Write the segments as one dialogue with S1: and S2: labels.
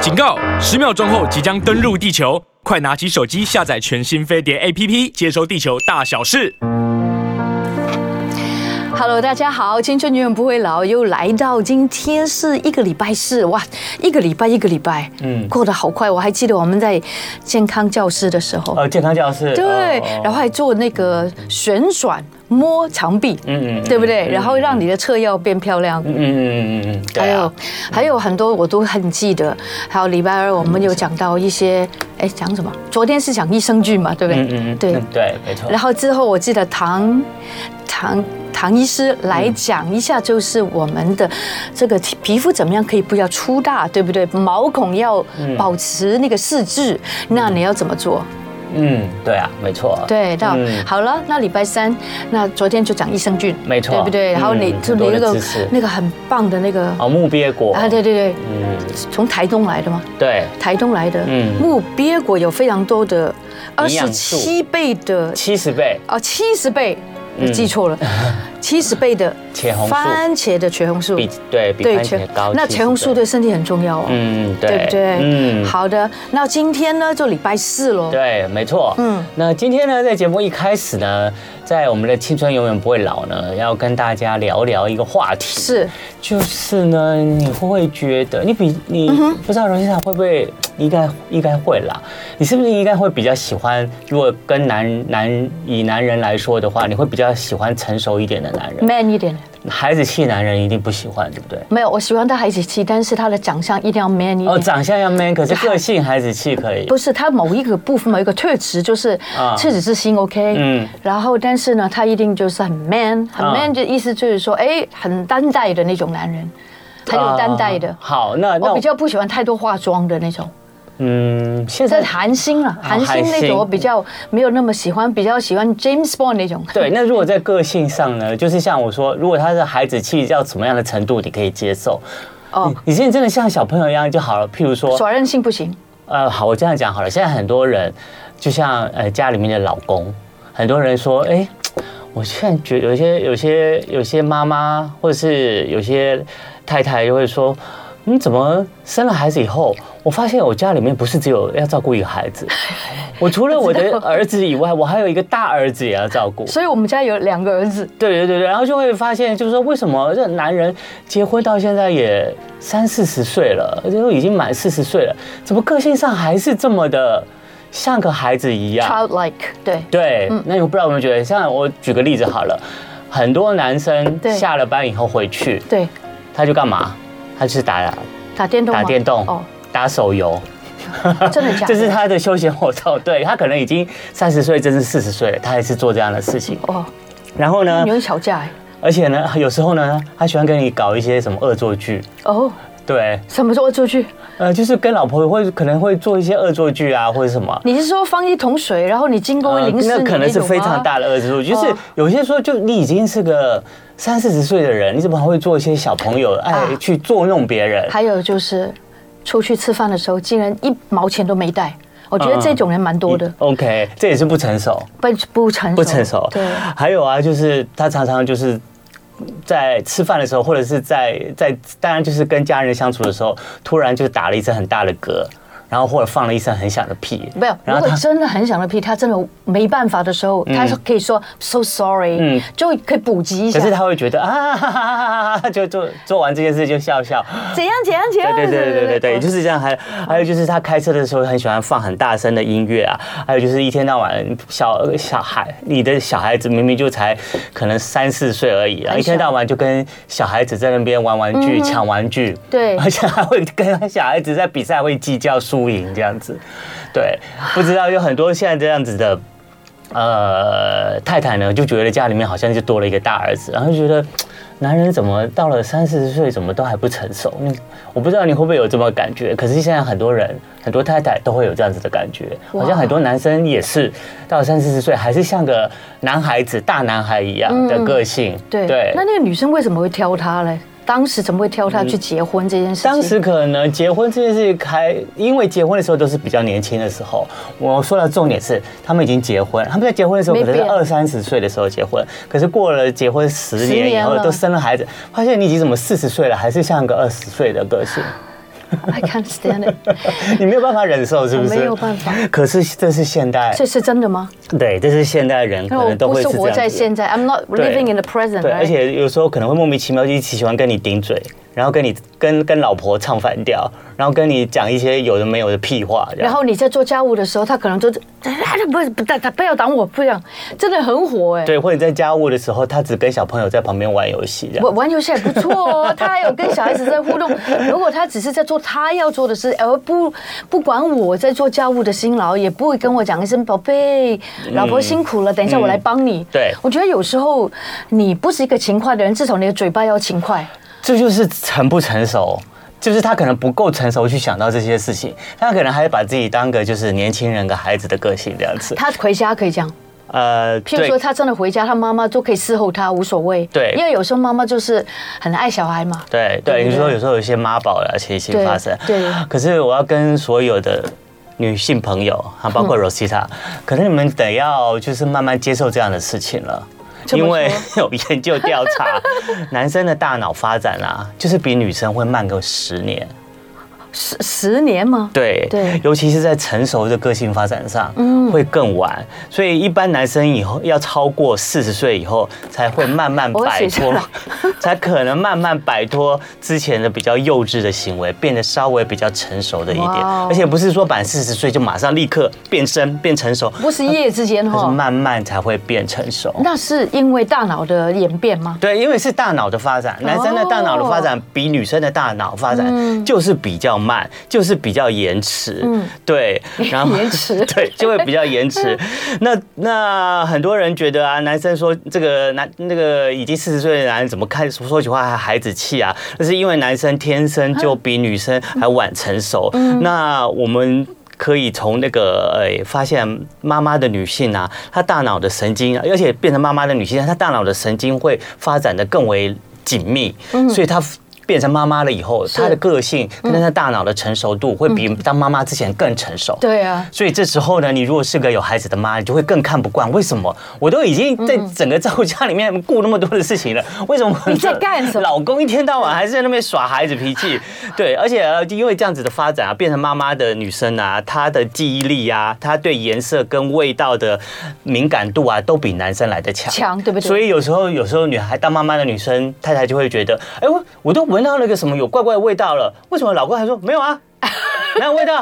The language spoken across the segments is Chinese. S1: 警告！十秒钟后即将登陆地球，快拿起手机下载全新飞碟 APP，接收地球大小事。
S2: Hello，大家好，青春永远不会老，又来到今天是一个礼拜四，哇，一个礼拜一个礼拜，嗯，过得好快。我还记得我们在健康教室的时候，
S3: 呃，健康教室。
S2: 对
S3: 哦，
S2: 然后还做那个旋转摸墙壁，
S3: 嗯嗯
S2: 嗯
S3: 嗯
S2: 对不对？然后让你的侧腰变漂亮。
S3: 嗯嗯嗯嗯嗯，
S2: 还
S3: 对
S2: 有
S3: 啊，
S2: 还有很多我都很记得，还有礼拜二我们有讲到一些，哎，讲什么？昨天是讲益生菌嘛，对不对？
S3: 嗯嗯嗯，
S2: 对
S3: 嗯。对，没错
S2: 然。后之后我记得唐唐唐医师来讲一下，就是我们的这个皮皮肤怎么样可以不要粗大，对不对？毛孔要保持那个四致，那你要怎么做？
S3: 嗯，对啊，没错。
S2: 对，那
S3: 嗯
S2: 好了，那礼拜三，那昨天就讲益生菌，
S3: 没错
S2: 对不对？
S3: 嗯
S2: 然后你
S3: 很
S2: 就
S3: 多
S2: 你那
S3: 的
S2: 个
S3: 知识
S2: 那个很棒的那个
S3: 哦，木鳖果。
S2: 啊，对对对，
S3: 嗯，
S2: 从台东来的吗？
S3: 对，
S2: 台东来的
S3: 嗯
S2: 木鳖果有非常多的二
S3: 营
S2: 十
S3: 养素
S2: 七倍的
S3: 七十倍。
S2: 哦，七十倍，你记错 了，七十倍的
S3: 嗯茄红素
S2: 番茄的茄红素，
S3: 比对比番茄高70倍。
S2: 那茄红素对身体很重要哦，
S3: 嗯，对，
S2: 对不对？
S3: 嗯，
S2: 好的，那今天呢就礼拜四喽，
S3: 对，没错。
S2: 嗯
S3: 嗯，那今天呢，在节目一开始呢，在我们的青春永远不会老呢，要跟大家聊聊一个话题，
S2: 是
S3: 就是呢，你会不会觉得你比你、
S2: 嗯
S3: 不知道荣先生会不会应该应该会啦？你是不是应该会比较喜欢？如果跟男男以男人来说的话，你会比较喜欢成熟一点的男人，
S2: man 一点，
S3: 孩子气男人一定不喜欢，对不对？
S2: 没有，我喜欢他孩子气，但是他的长相一定要 man 一
S3: 哦，
S2: 点。
S3: 长相要 man，可是个性孩子气可以。
S2: 不是他某一个部分某一个特质，就是
S3: 啊
S2: 赤子之心，OK，嗯
S3: 嗯，啊然
S2: 然后但是呢，他一定就是很 man，很 man 的意思就是说，哎，很担待的那种男人，很有担待的
S3: 啊。好，那那
S2: 哦我比较不喜欢太多化妆的那种。
S3: 嗯，现
S2: 在
S3: 在
S2: 韩星了，韩
S3: 韩
S2: 星那
S3: 星
S2: 种我比较没有那么喜欢，比较喜欢 James Bond 那种。
S3: 对，那如果在个性上呢，就是像我说，如果他的孩子气到什么样的程度，你可以接受？
S2: 哦
S3: 你你现在真的像小朋友一样就好了。譬如说，
S2: 耍任性不行，
S3: 呃，好，我这样讲好了。现在很多人，就像呃家里面的老公，很多人说，哎、我现在觉得有些有些有些妈妈或者是有些太太就会说，你怎么生了孩子以后，我发现我家里面不是只有要照顾一个孩子，我除了我的儿子以外，我还有一个大儿子也要照顾。
S2: 所以我们家有两个儿子，
S3: 对对对对，然后就会发现，就是说为什么这男人结婚到现在也三四十岁了，就已经满四十岁了，怎么个性上还是这么的像个孩子一样？
S2: childlike，对，
S3: 对，
S2: 嗯
S3: 那你不知道有没有觉得？像我举个例子好了，很多男生
S2: 对
S3: 下了班以后回去，
S2: 对，
S3: 他就干嘛？他就是打
S2: 打电动吗，
S3: 打电动，
S2: 哦，
S3: 打手游。
S2: 真的假的？
S3: 这是他的休闲活动，对他可能已经三十岁，甚至四十岁了，他还是做这样的事情。
S2: 哦，
S3: 然后呢
S2: 你，会吵架哎，
S3: 而且呢，有时候呢，他喜欢跟你搞一些什么恶作剧，
S2: 哦，
S3: 对，
S2: 什么时候出去？
S3: 呃，就是跟老婆会可能会做一些恶作剧啊，或者什么。
S2: 你是说放一桶水，然后你经过会
S3: 呃
S2: 淋湿
S3: 那
S2: 你
S3: 可能是
S2: 种
S3: 非
S2: 吗
S3: 常大的恶作剧，就是
S2: 哦
S3: 有些时候就你已经是个三四十岁的人，你怎么还会做一些小朋友哎
S2: 啊
S3: 去捉弄别人？
S2: 还有就是，出去吃饭的时候竟然一毛钱都没带，我觉得
S3: 嗯
S2: 这种人蛮多的，
S3: OK，这也是不成熟，
S2: 不不成熟，
S3: 不成熟。
S2: 对，
S3: 还有啊，就是他常常就是在吃饭的时候，或者是在在当然就是跟家人相处的时候，突然就打了一声很大的嗝，然后或者放了一声很响的屁，
S2: 没有，如
S3: 然后
S2: 果
S3: 他
S2: 真的很想的屁，他真的没办法的时候，他是可以说 so sorry，、
S3: 嗯
S2: 就可以补给一下。
S3: 可是他会觉得啊，哈哈哈哈哈哈就做做完这件事就笑笑，
S2: 怎样怎样怎
S3: 对
S2: 样？
S3: 对对对对对，就是这样。还还有就是他开车的时候很喜欢放很大声的音乐啊，还有就是一天到晚小小孩，你的小孩子明明就才可能三四岁而已，然后一天到晚就跟小孩子在那边玩玩具、抢玩具，
S2: 对
S3: 而且还会跟他小孩子在比赛会计较输赢这样子，对，不知道有很多现在这样子的。呃，太太呢就觉得家里面好像就多了一个大儿子，然后就觉得男人怎么到了三四十岁怎么都还不成熟？嗯，我不知道你会不会有这么感觉，可是现在很多人很多太太都会有这样子的感觉，
S2: 哇
S3: 好像很多男生也是到了三四十岁还是像个男孩子大男孩一样的个性。
S2: 嗯对那那个女生为什么会挑他嘞？当时怎么会挑他去结婚这件事情？
S3: 嗯当时可能结婚这件事情开，因为结婚的时候都是比较年轻的时候。我说的重点是，他们已经结婚，他们在结婚的时候
S2: 没
S3: 可能是
S2: 变
S3: 二三十岁的时候结婚，可是过了结婚十
S2: 十
S3: 年以
S2: 年
S3: 后
S2: 了
S3: 都生了孩子，发现你已经怎么四十岁了，还是像个二十岁的个性。
S2: I can't stand it，
S3: 你没有办法忍受， 是不是？
S2: 我没有办法。
S3: 可是这是现代，
S2: 这是真的吗？
S3: 对，这是现代人可
S2: 因为
S3: 能
S2: 我
S3: 都
S2: 不
S3: 会
S2: 是
S3: 是这
S2: 活
S3: 样
S2: 在
S3: 子
S2: 现在，I'm not
S3: 对
S2: living in the present，
S3: 对，
S2: right？
S3: 而且有时候可能会莫名其妙就一起喜欢跟你顶嘴，然后跟你跟跟老婆唱反调，然后跟你讲一些有的没有的屁话，这样
S2: 然后你在做家务的时候，他可能就不是不不不要挡我，不要，真的很火哎。
S3: 对，或者在家务的时候，他只跟小朋友在旁边玩游戏这样。
S2: 玩玩游戏还不错哦，他还有跟小孩子在互 动。如果他只是在做他要做的事，而不不管我在做家务的辛劳，也不会跟我讲一声宝贝，老婆辛苦了，等一下我来帮你。
S3: 对
S2: 我觉得有时候你不是一个勤快的人，至少你的嘴巴要勤快。
S3: 这就是成不成熟，就是他可能不够成熟去想到这些事情，他可能还把自己当个就是年轻人跟孩子的个性这样子。
S2: 他回家可以讲，
S3: 呃，
S2: 譬如
S3: 对
S2: 说他真的回家，他妈妈都可以伺候他，无所谓。
S3: 对
S2: 因为有时候妈妈就是很爱小孩嘛。
S3: 对
S2: 对
S3: 对，
S2: 不
S3: 你说
S2: 对
S3: 有时候有一些妈宝的情形
S2: 对
S3: 发生，
S2: 对
S3: 可是我要跟所有的。女性朋友，还包
S2: 嗯
S3: 括 Rosita，、可能你们得要就是慢慢接受这样的事情了，
S2: 怎么
S3: 因为有研究调 查，男生的大脑发展啊，就是比女生会慢个十年。
S2: 十十年吗？
S3: 对
S2: 对嗯
S3: 尤其是在成熟的个性发展上，会更晚。所以一般男生以后要超过四十岁以后，才会慢 慢
S2: 我
S3: 摆
S2: 写下
S3: 脱， 才可能慢慢摆脱之前的比较幼稚的行为，变得稍微比较成熟的一点。
S2: 哇哦
S3: 而且不是说满四十岁就马上立刻变身变成熟，
S2: 不是一夜之间
S3: 它是
S2: 哈。
S3: 慢慢才会变成熟。
S2: 哦那是因为大脑的演变吗？
S3: 对，因为是大脑的发展，男生的大脑的发
S2: 哦
S3: 展比女生的大脑发展就是比较慢，就是比较延迟。
S2: 嗯
S3: 对，然后
S2: 延迟
S3: 对，就会比较延迟。那那很多人觉得啊，男生说这个男那个已经四十岁的男人怎么看说起话还孩子气啊？那是因为男生天生就比女生还晚成熟。那我们。可以从那个诶、哎发现妈妈的女性啊，她大脑的神经，而且变成妈妈的女性，她大脑的神经会发展的更为紧密，所以她变成妈妈了以后，她的个性跟她大脑的成熟度会比当妈妈之前更成熟。
S2: 对啊，
S3: 所以这时候呢，你如果是个有孩子的妈，你就会更看不惯，为什么我都已经在整个照顾家里面顾那么多的事情了， 为什么
S2: 嗯你在干什么
S3: 老公一天到晚还是在那边耍孩子脾 气？对，而且呃因为这样子的发展啊，变成妈妈的女生啊，她的记忆力啊，她对颜色跟味道的敏感度啊，都比男生来的强。
S2: 强对不对
S3: 所以有时候，有时候女孩当妈妈的女生太太就会觉得，哎，我我都闻到那个什么有怪怪的味道了，为什么老公还说没有啊？哪有味道？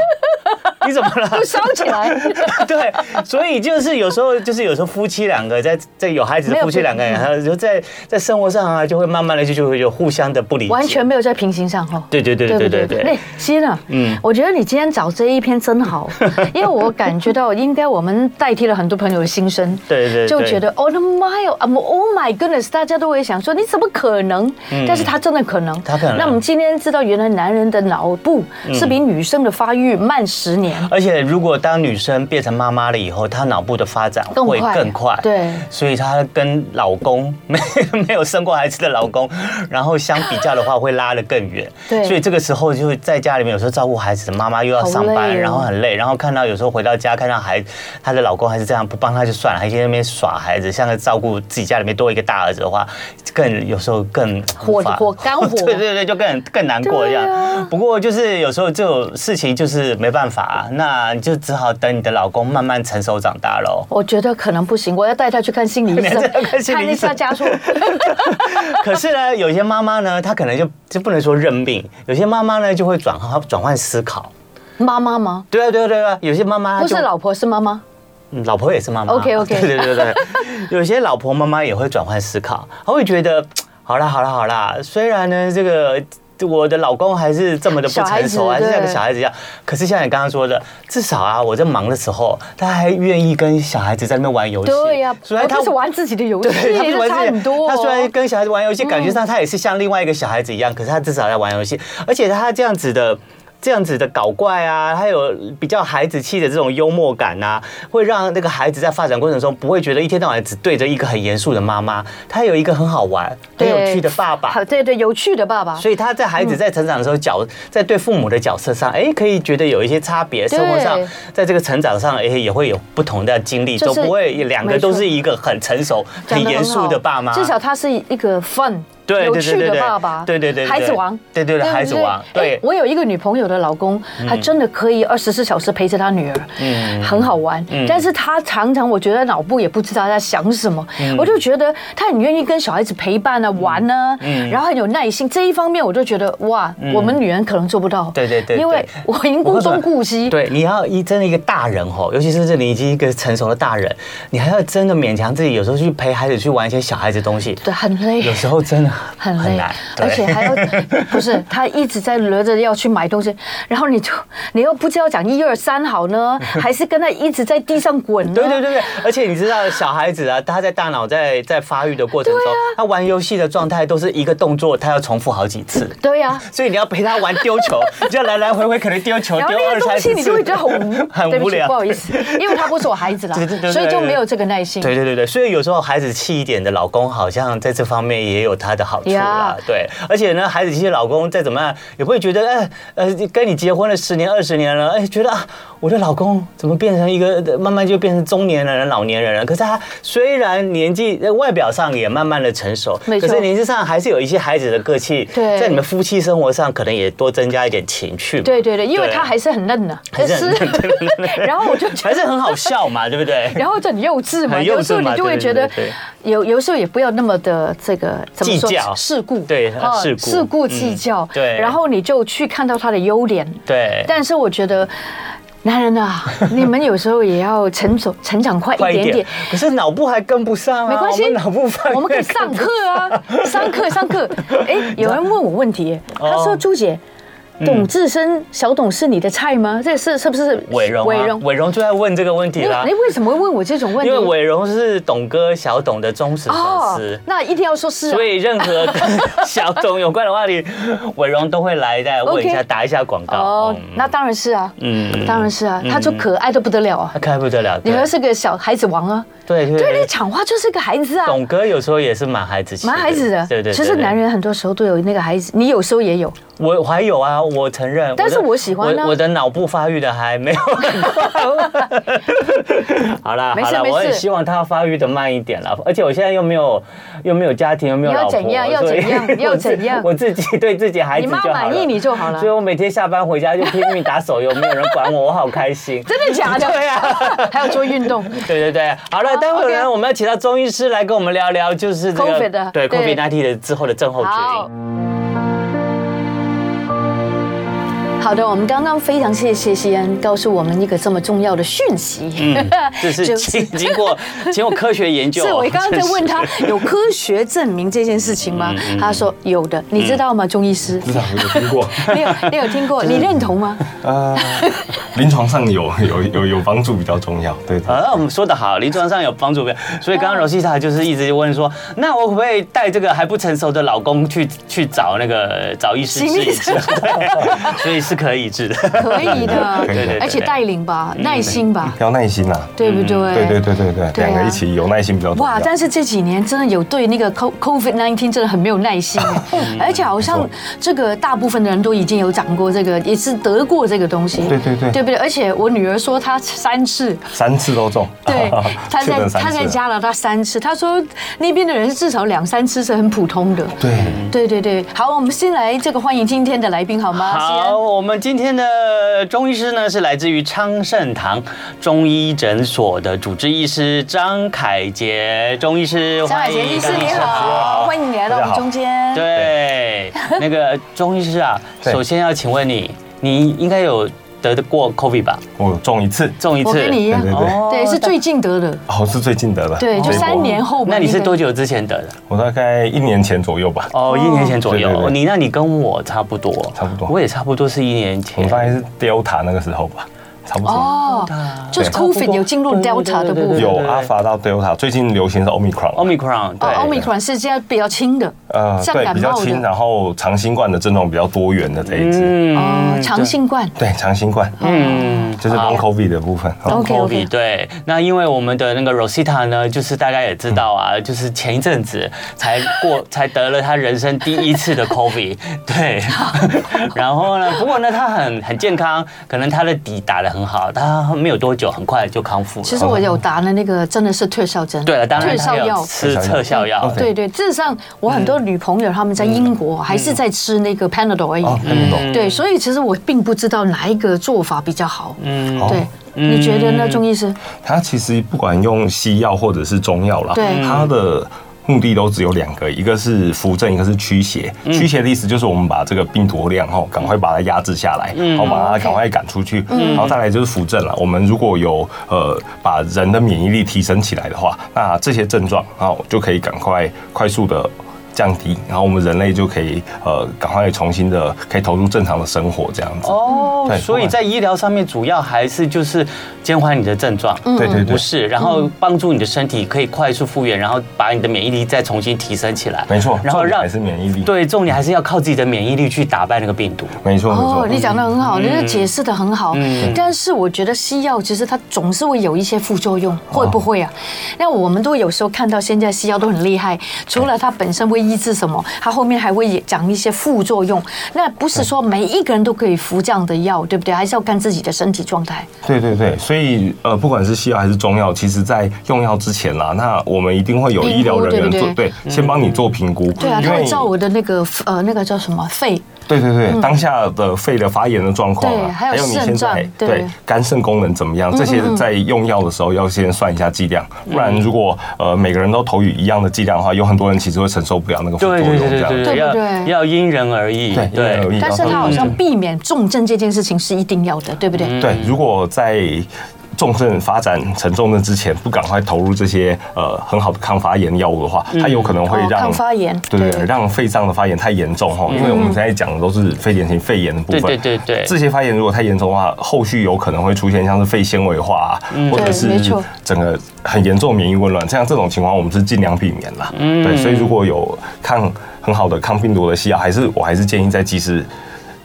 S3: 你怎么 了？
S2: 就烧起来。
S3: 对，所以就是有时候，就是有时候夫妻两个在在有孩子
S2: 没
S3: 的
S2: 有
S3: 夫妻两个人，还有就在在生活上啊，就会慢慢的就就会有互相的不理解，
S2: 完全没有在平行上哈。
S3: 对对对对对对对
S2: 那欣啊，嗯
S3: 嗯，
S2: 我觉得你今天找这一篇真 好，因为我感觉到应该我们代替了很多朋友的心声。
S3: 对对对
S2: 就觉得哦，那妈哟啊，Oh my goodness，大家都会想说你怎么可能？但是他真的可能，
S3: 嗯他可能嗯
S2: 那我们今天知道，原来男人的脑部是比女生的发育慢十年。
S3: 而且如果当女生变成妈妈了以后，她脑部的发展
S2: 更
S3: 会
S2: 快
S3: 更快，
S2: 对
S3: 所以她跟老公 没没有生过孩子的老公，然后相比较的话会拉得更远，
S2: 对
S3: 所以这个时候就在家里面有时候照顾孩子的妈妈又要
S2: 好
S3: 上班，
S2: 累哦
S3: 然后很累，然后看到有时候回到家看到孩她的老公还是这样不帮她就算了，还在那边耍孩子，像个照顾自己家里面多一个大儿子的话，更有时候更
S2: 火
S3: 无法
S2: 火干火
S3: 对对对，就更更难过这样。
S2: 对啊。
S3: 不过就是有时候这种事情就是没办法、啊那你就只好等你的老公慢慢成熟长大喽
S2: 我觉得可能不行，我要带他去看心理医
S3: 你
S2: 生
S3: 还是要看，心理
S2: 看
S3: 医生
S2: 一下 家畜。
S3: 可是呢，有些妈妈呢，她可能就就不能说认命，有些妈妈呢就会转换转换思考。
S2: 妈妈吗？
S3: 对啊，对啊，对啊，有些妈妈
S2: 不
S3: 就是
S2: 老婆，是妈妈。
S3: 嗯老婆也是妈妈。
S2: OK，OK
S3: 对对对对，有些老婆妈妈也会转换思考，她会觉得，好啦好啦好啦，虽然呢这个。我的老公还是这么的不
S2: 小孩
S3: 成
S2: 子
S3: 熟，还是像个
S2: 对
S3: 小孩子一样。可是像你刚刚说的，至少啊，我在忙的时候，他还愿意跟小孩子在那边玩游戏。
S2: 对呀，
S3: 虽然
S2: 哦
S3: 他
S2: 就是玩自己的游戏，
S3: 对，他不是
S2: 这
S3: 玩
S2: 差
S3: 自己
S2: 很多哦。嗯
S3: 他虽然跟小孩子玩游戏，感觉上他也是像另外一个小孩子一样，可是他至少在玩游戏，而且他这样子的。这样子的搞怪啊，还有比较孩子气的这种幽默感呐、会让那个孩子在发展过程中不会觉得一天到晚只对着一个很严肃的妈妈，他有一个很好玩、很
S2: 对
S3: 有趣的爸爸，
S2: 好，对对，有趣的爸爸。
S3: 所以他在
S2: 嗯
S3: 孩子在成长的时候角，在对父母的角色上，哎、可以觉得有一些差别，
S2: 对
S3: 生活上，在这个成长上，哎、也会有不同的经历，
S2: 就是
S3: 都不会两
S2: 没
S3: 个
S2: 错
S3: 都是一个很成熟、
S2: 讲
S3: 很
S2: 得
S3: 严肃
S2: 好
S3: 的爸妈。
S2: 至少他是一个 fun，
S3: 对
S2: 有
S3: 对
S2: 趣
S3: 对
S2: 的
S3: 对
S2: 爸爸，
S3: 对对对，对
S2: 孩子王。
S3: 对对
S2: 对
S3: 对，
S2: 不
S3: 孩子王，
S2: 对
S3: 对
S2: 哎，我有一个女朋友的老公，他真的可以二十四小时陪着他女儿，
S3: 嗯
S2: 很好玩。但是他常常我觉得脑部也不知道他在想什么，
S3: 嗯
S2: 我就觉得他很愿意跟小孩子陪伴啊、玩啊，
S3: 嗯
S2: 然后很有耐心。这一方面我就觉得哇，我们女人可能做不到。
S3: 对对对对
S2: 因为我已经顾东顾西。
S3: 对，你要一真的一个大人吼，尤其是这你已经一个成熟的大人，你还要真的勉强自己，有时候去陪孩子去玩一些小孩子的东西，
S2: 对，很累，
S3: 有时候真的
S2: 很累，
S3: 很难，对
S2: 而且还要 不是他一直在轮着要去买东西，然后你就你又不知道讲一二三好呢，还是跟他一直在地上滚呢？
S3: 对对对对，而且你知道小孩子啊，他在大脑在在发育的过程中，
S2: 啊
S3: 他玩游戏的状态都是一个动作，他要重复好几次，
S2: 对呀、
S3: 所以你要陪他玩丢 球，你就来来回回可能丢球
S2: 然后
S3: 丢
S2: 那
S3: 二
S2: 些东
S3: 三十
S2: 西
S3: 次，
S2: 你就会觉得很无
S3: 很
S2: 对不
S3: 无
S2: 起
S3: 聊
S2: 不。好意思，因为他不是我孩子啦
S3: 对对对，对
S2: 所以就
S3: 对
S2: 没有这个耐心。
S3: 对对对对，所以有时候孩子气一点的老公，好像在这方面也有他的好处啦。
S2: Yeah
S3: 对，而且呢，孩子气的老公再怎么样，也不会觉得，哎，呃，跟你结婚了十年、二十年了，哎，觉得啊，我的老公怎么变成一个，呃慢慢就变成中年人、老年人了？可是他虽然年纪、呃外表上也慢慢的成熟，
S2: 没错
S3: 可是年纪上还是有一些孩子的个气。
S2: 对
S3: 在你们夫妻生活上，可能也多增加一点情趣嘛。
S2: 对对对，因为
S3: 对
S2: 他还是很嫩呢、
S3: 还是很
S2: 然后我就觉
S3: 还
S2: 得。
S3: 是很好笑嘛，对不对？
S2: 然后就很幼稚嘛，
S3: 很幼稚
S2: 有时候
S3: 嘛
S2: 你就会
S3: 对对
S2: 觉得
S3: 对对
S2: 有有时候也不要那么的这个怎么说
S3: 计较
S2: 世故
S3: 对
S2: 啊
S3: 世故嗯
S2: 世故计较，
S3: 对
S2: 然后你就去看到他的优点，
S3: 对。
S2: 但是我觉得。男人 啊，你们有时候也要成熟、成长快
S3: 快
S2: 一
S3: 一
S2: 点
S3: 点
S2: 点，，
S3: 可是脑部还跟不上啊，
S2: 没关系
S3: 我们脑部放
S2: 我们可以上课啊，上 课上课。哎，有人问我问题，他说：“
S3: 哦嗯
S2: 朱姐，董志深小董是你的菜吗？这是是不是
S3: 伟荣、啊，
S2: 伟荣，
S3: 伟荣就在问这个问题
S2: 你
S3: 啦
S2: 你，为什么会问我这种问题？哦
S3: 因为伟荣是董哥小董的忠实粉丝。
S2: 那一定要说是啊
S3: 所以任何跟小董有关的话题，伟荣都会来再问一下
S2: OK
S3: 打一下广告。
S2: 哦
S3: 哦，，
S2: 那当然是啊，
S3: 嗯
S2: 当然是啊，他就可爱的不得了啊
S3: 那，开不得了。
S2: 你
S3: 对
S2: 还是个小孩子王啊，
S3: 对对
S2: 对你
S3: 对，
S2: 讲话就是个孩子啊。
S3: 董哥有时候也是蛮孩子气，
S2: 蛮孩子的，
S3: 对对。对
S2: 其实
S3: 对
S2: 男人很多时候都有那个孩子，你有时候也 有，
S3: 我我还有啊，我承认。
S2: 但是
S3: 的
S2: 我喜欢啊
S3: 我我的脑部发育的还没有 很快。好啦，
S2: 没事
S3: 好啦，
S2: 没事
S3: 我很希望它发育的慢一点啦。而且我现在又没有又没有家庭，又没有
S2: 你要
S3: 老婆，
S2: 怎样
S3: 所以
S2: 要怎样要
S3: 我自
S2: 怎样
S3: 我自己对自己孩子
S2: 你
S3: 就
S2: 妈
S3: 好了。
S2: 满意你就好了
S3: 所以。我每天下班回家就拼命打手游，没有人管我，我好开心。
S2: 真的假的？
S3: 对啊。
S2: 还要做运动，
S3: 对对对，好了，待会儿
S2: OK
S3: 呢，我们要请到钟医师来跟我们聊聊，就是这
S2: COVID 的
S3: 个对
S2: 对
S3: COVID 1 9的之后的症候群。
S2: 好。好的，我们刚刚非常谢谢西安告诉我们一个这么重要的讯息，
S3: 嗯 这是经经过经过科学研究哦，
S2: 是我刚刚在 问他有科学证明这件事情
S3: 嗯
S2: 吗？他说有的，你知道吗？钟医师，
S4: 知道有 听过，
S2: 你有你有听过？你认同 吗？啊
S4: 呃，临床上有 有有有帮助比较重要，对对。
S3: 啊，我们说的好，临床上有帮助没有？所以刚刚
S2: 嗯
S3: 柔西塔就是一直问说，那我可不可以带这个还不成熟的老公去去找那个找医师
S2: 心
S3: 治
S2: 理
S3: 一治？ 对，所以是可以治的。
S2: 可以的，
S4: 可以的
S2: 而且带领吧，耐心吧，
S4: 要耐心啊，
S2: 对不
S4: 嗯对对
S2: 对？
S4: 对对对，
S2: 对啊
S4: 两个一起有耐心比较重要。
S2: 哇！但是这几年真的有对那个 CO- COVID nineteen 真的很没有耐心，
S4: 嗯
S2: 而且好像这个大部分的人都已经有长过这个，也是得过这个东西，
S4: 对对对
S2: 对不对？而且我女儿说她三 次，
S4: 三次都中，，
S2: 对 他
S4: 确
S2: 在
S4: 诊三
S2: 他
S4: 次
S2: 在
S4: 了，
S2: 加拿大三次，他说那边的人至少两三次是很普通的。
S4: 对，
S2: 对对对，好，我们先来这个欢迎今天的来宾好吗？西安
S3: 好，我们今天的中医师呢是来自于昌盛堂中医诊所的主治医师张凯杰中医师，
S2: 张海
S3: 欢迎
S2: 贤医师
S3: 张
S2: 你好，欢迎你来到我们中间。
S3: 对，那个钟医师啊，
S4: 对
S3: 首先要请问你，你应该有得过 COVID 吧？
S4: 我中一次，
S3: 中一次，
S2: 我跟你一
S4: 对
S2: 样
S4: 对对，
S3: 哦
S2: 对，是最近得的，
S4: 哦，是最近得了，
S2: 对，就
S4: 这一波
S2: 三年后吧。
S3: 那你是
S2: 个
S3: 多久之前得的？
S4: 我大概一年前左右吧，
S3: 哦，一年前左
S4: 对对
S3: 右。
S4: 对
S3: 你那你跟我差不多，
S4: 差不多
S3: 我也差不多是一年
S4: 我
S3: 前。
S4: 大概是 Delta 那个时候吧，差不多。
S2: 哦，
S3: 啊
S2: 就是
S4: 对
S2: COVID 有进入 Delta 的部分。
S4: 有
S3: 对对对
S4: Alpha 到 Delta，最近流行是 Omicron，呃
S3: Omicron，
S2: 哦
S3: 对啊
S2: ，Omicron 是现在比较轻的，像
S4: 对，
S2: 感
S4: 比较
S2: 冒
S4: 轻，
S2: 的，
S4: 然后长新冠的症状比较多元的这一支，
S2: 哦，长新冠，
S4: 对，长新冠，
S3: 嗯，
S4: 就是 long COVID 的部分。
S2: 哦 OK，OK
S3: COVID，对，那因为我们的那个 Rosita 呢，就是大家也知道啊，就是前一阵子才过才得了她人生第一次的 COVID，对，然后呢，不过呢，她很很健康，可能她的底打得很好，她没有多久，很快就康复了。
S2: 其实我有打的那个真的是退烧针，
S3: 对了，当然
S2: 退
S3: 她
S2: 烧
S3: 有
S2: 药。
S3: 吃特效药，
S2: 对对，事实上我很多女朋友他们在英国
S3: 嗯
S2: 还是在吃那个 Panadol 而已。
S4: 哦，看不懂。
S2: 对，所以其实我并不知道哪一个做法比较好。
S3: 嗯
S4: 好
S2: 对，你觉得呢，钟医师？
S4: 它其实不管用西药或者是中药啦，
S2: 对
S4: 它的。目的都只有两个，一个是扶正，一个是驱邪。
S3: 嗯
S4: 驱邪的意思就是我们把这个病毒量哈，赶快把它压制下来，
S3: 嗯
S4: 好把它
S2: OK
S4: 赶快赶出去。然后再来就是扶正了。我们如果有呃把人的免疫力提升起来的话，那这些症状啊就可以赶快快速的。降低，然后我们人类就可以呃，赶快重新的可以投入正常的生活，这样子。
S3: 哦
S4: 对，
S3: 所以在医疗上面主要还是就是减缓你的症状，
S4: 对嗯对对
S3: 不，是，然后帮助你的身体可以快速复原，然后把你的免疫力再重新提升起来，
S4: 没错。
S3: 然后
S4: 重点
S3: 让
S4: 还是免疫力。，
S3: 对，重点还是要靠自己的免疫力去打败那个病毒。
S4: 没错没错。嗯
S2: 哦，你讲的很好，你这解释的很好
S3: 嗯。
S2: 但是我觉得西药其实它总是会有一些副作用，会不会啊？
S4: 哦
S2: 那我们都有时候看到现在西药都很厉害，除了它本身会抑制什
S4: 嗯
S2: 么，它后面还会也讲一些副作用。那不是说每一个人都可以服这样的药，对不对？还是要看自己的身体状态。
S4: 对对对，所以呃，不管是西药还是中药，其实在用药之前啦，那我们一定会有医疗人员
S2: 评
S4: 做，
S2: 估对不对嗯
S4: 对，先帮你做评估，
S2: 对啊，
S4: 嗯因
S2: 它
S4: 为
S2: 会照我的那个呃那个叫什么肺，
S4: 对对对，当下的肺的发炎的状况
S2: 对
S4: 啊，
S2: 还有
S4: 你
S2: 肾
S4: 现
S2: 脏
S4: 在
S2: 对嗯
S4: 对肝肾功能怎么样，这些在用药的时候要先算一下剂量，不然如果呃每个人都投予一样的剂量的话，有很多人其实会承受不了那个副作
S3: 对
S4: 用
S3: 对对
S4: 这样。
S3: 对
S2: 对
S3: 要
S2: 不对
S3: 要因人而异，
S4: 对因人而异
S2: 但是它好
S4: 嗯
S2: 像避免重症这件事情是一定要的，对不对？
S3: 嗯
S4: 对，如果在重症发展成重症之前不赶快投入这些呃很好的抗发炎药物的
S3: 嗯
S4: 话，它有可能会
S2: 哦
S4: 让
S2: 抗发炎
S4: 对
S2: 对
S4: 对
S2: 嗯
S4: 对，让肺脏的发炎太严重哈，因为我们现在讲的都是非典型肺炎的部
S3: 对
S4: 分。
S3: 对对对，
S4: 这些发炎如果太严重的话，后续有可能会出现像是肺纤维化、啊，
S3: 嗯
S4: 或者是
S2: 对没错
S4: 整个很严重的免疫紊乱，像这种情况我们是尽量避免啦。
S3: 嗯
S4: 对，所以如果有抗很好的抗病毒的西药，还是我还是建议在及时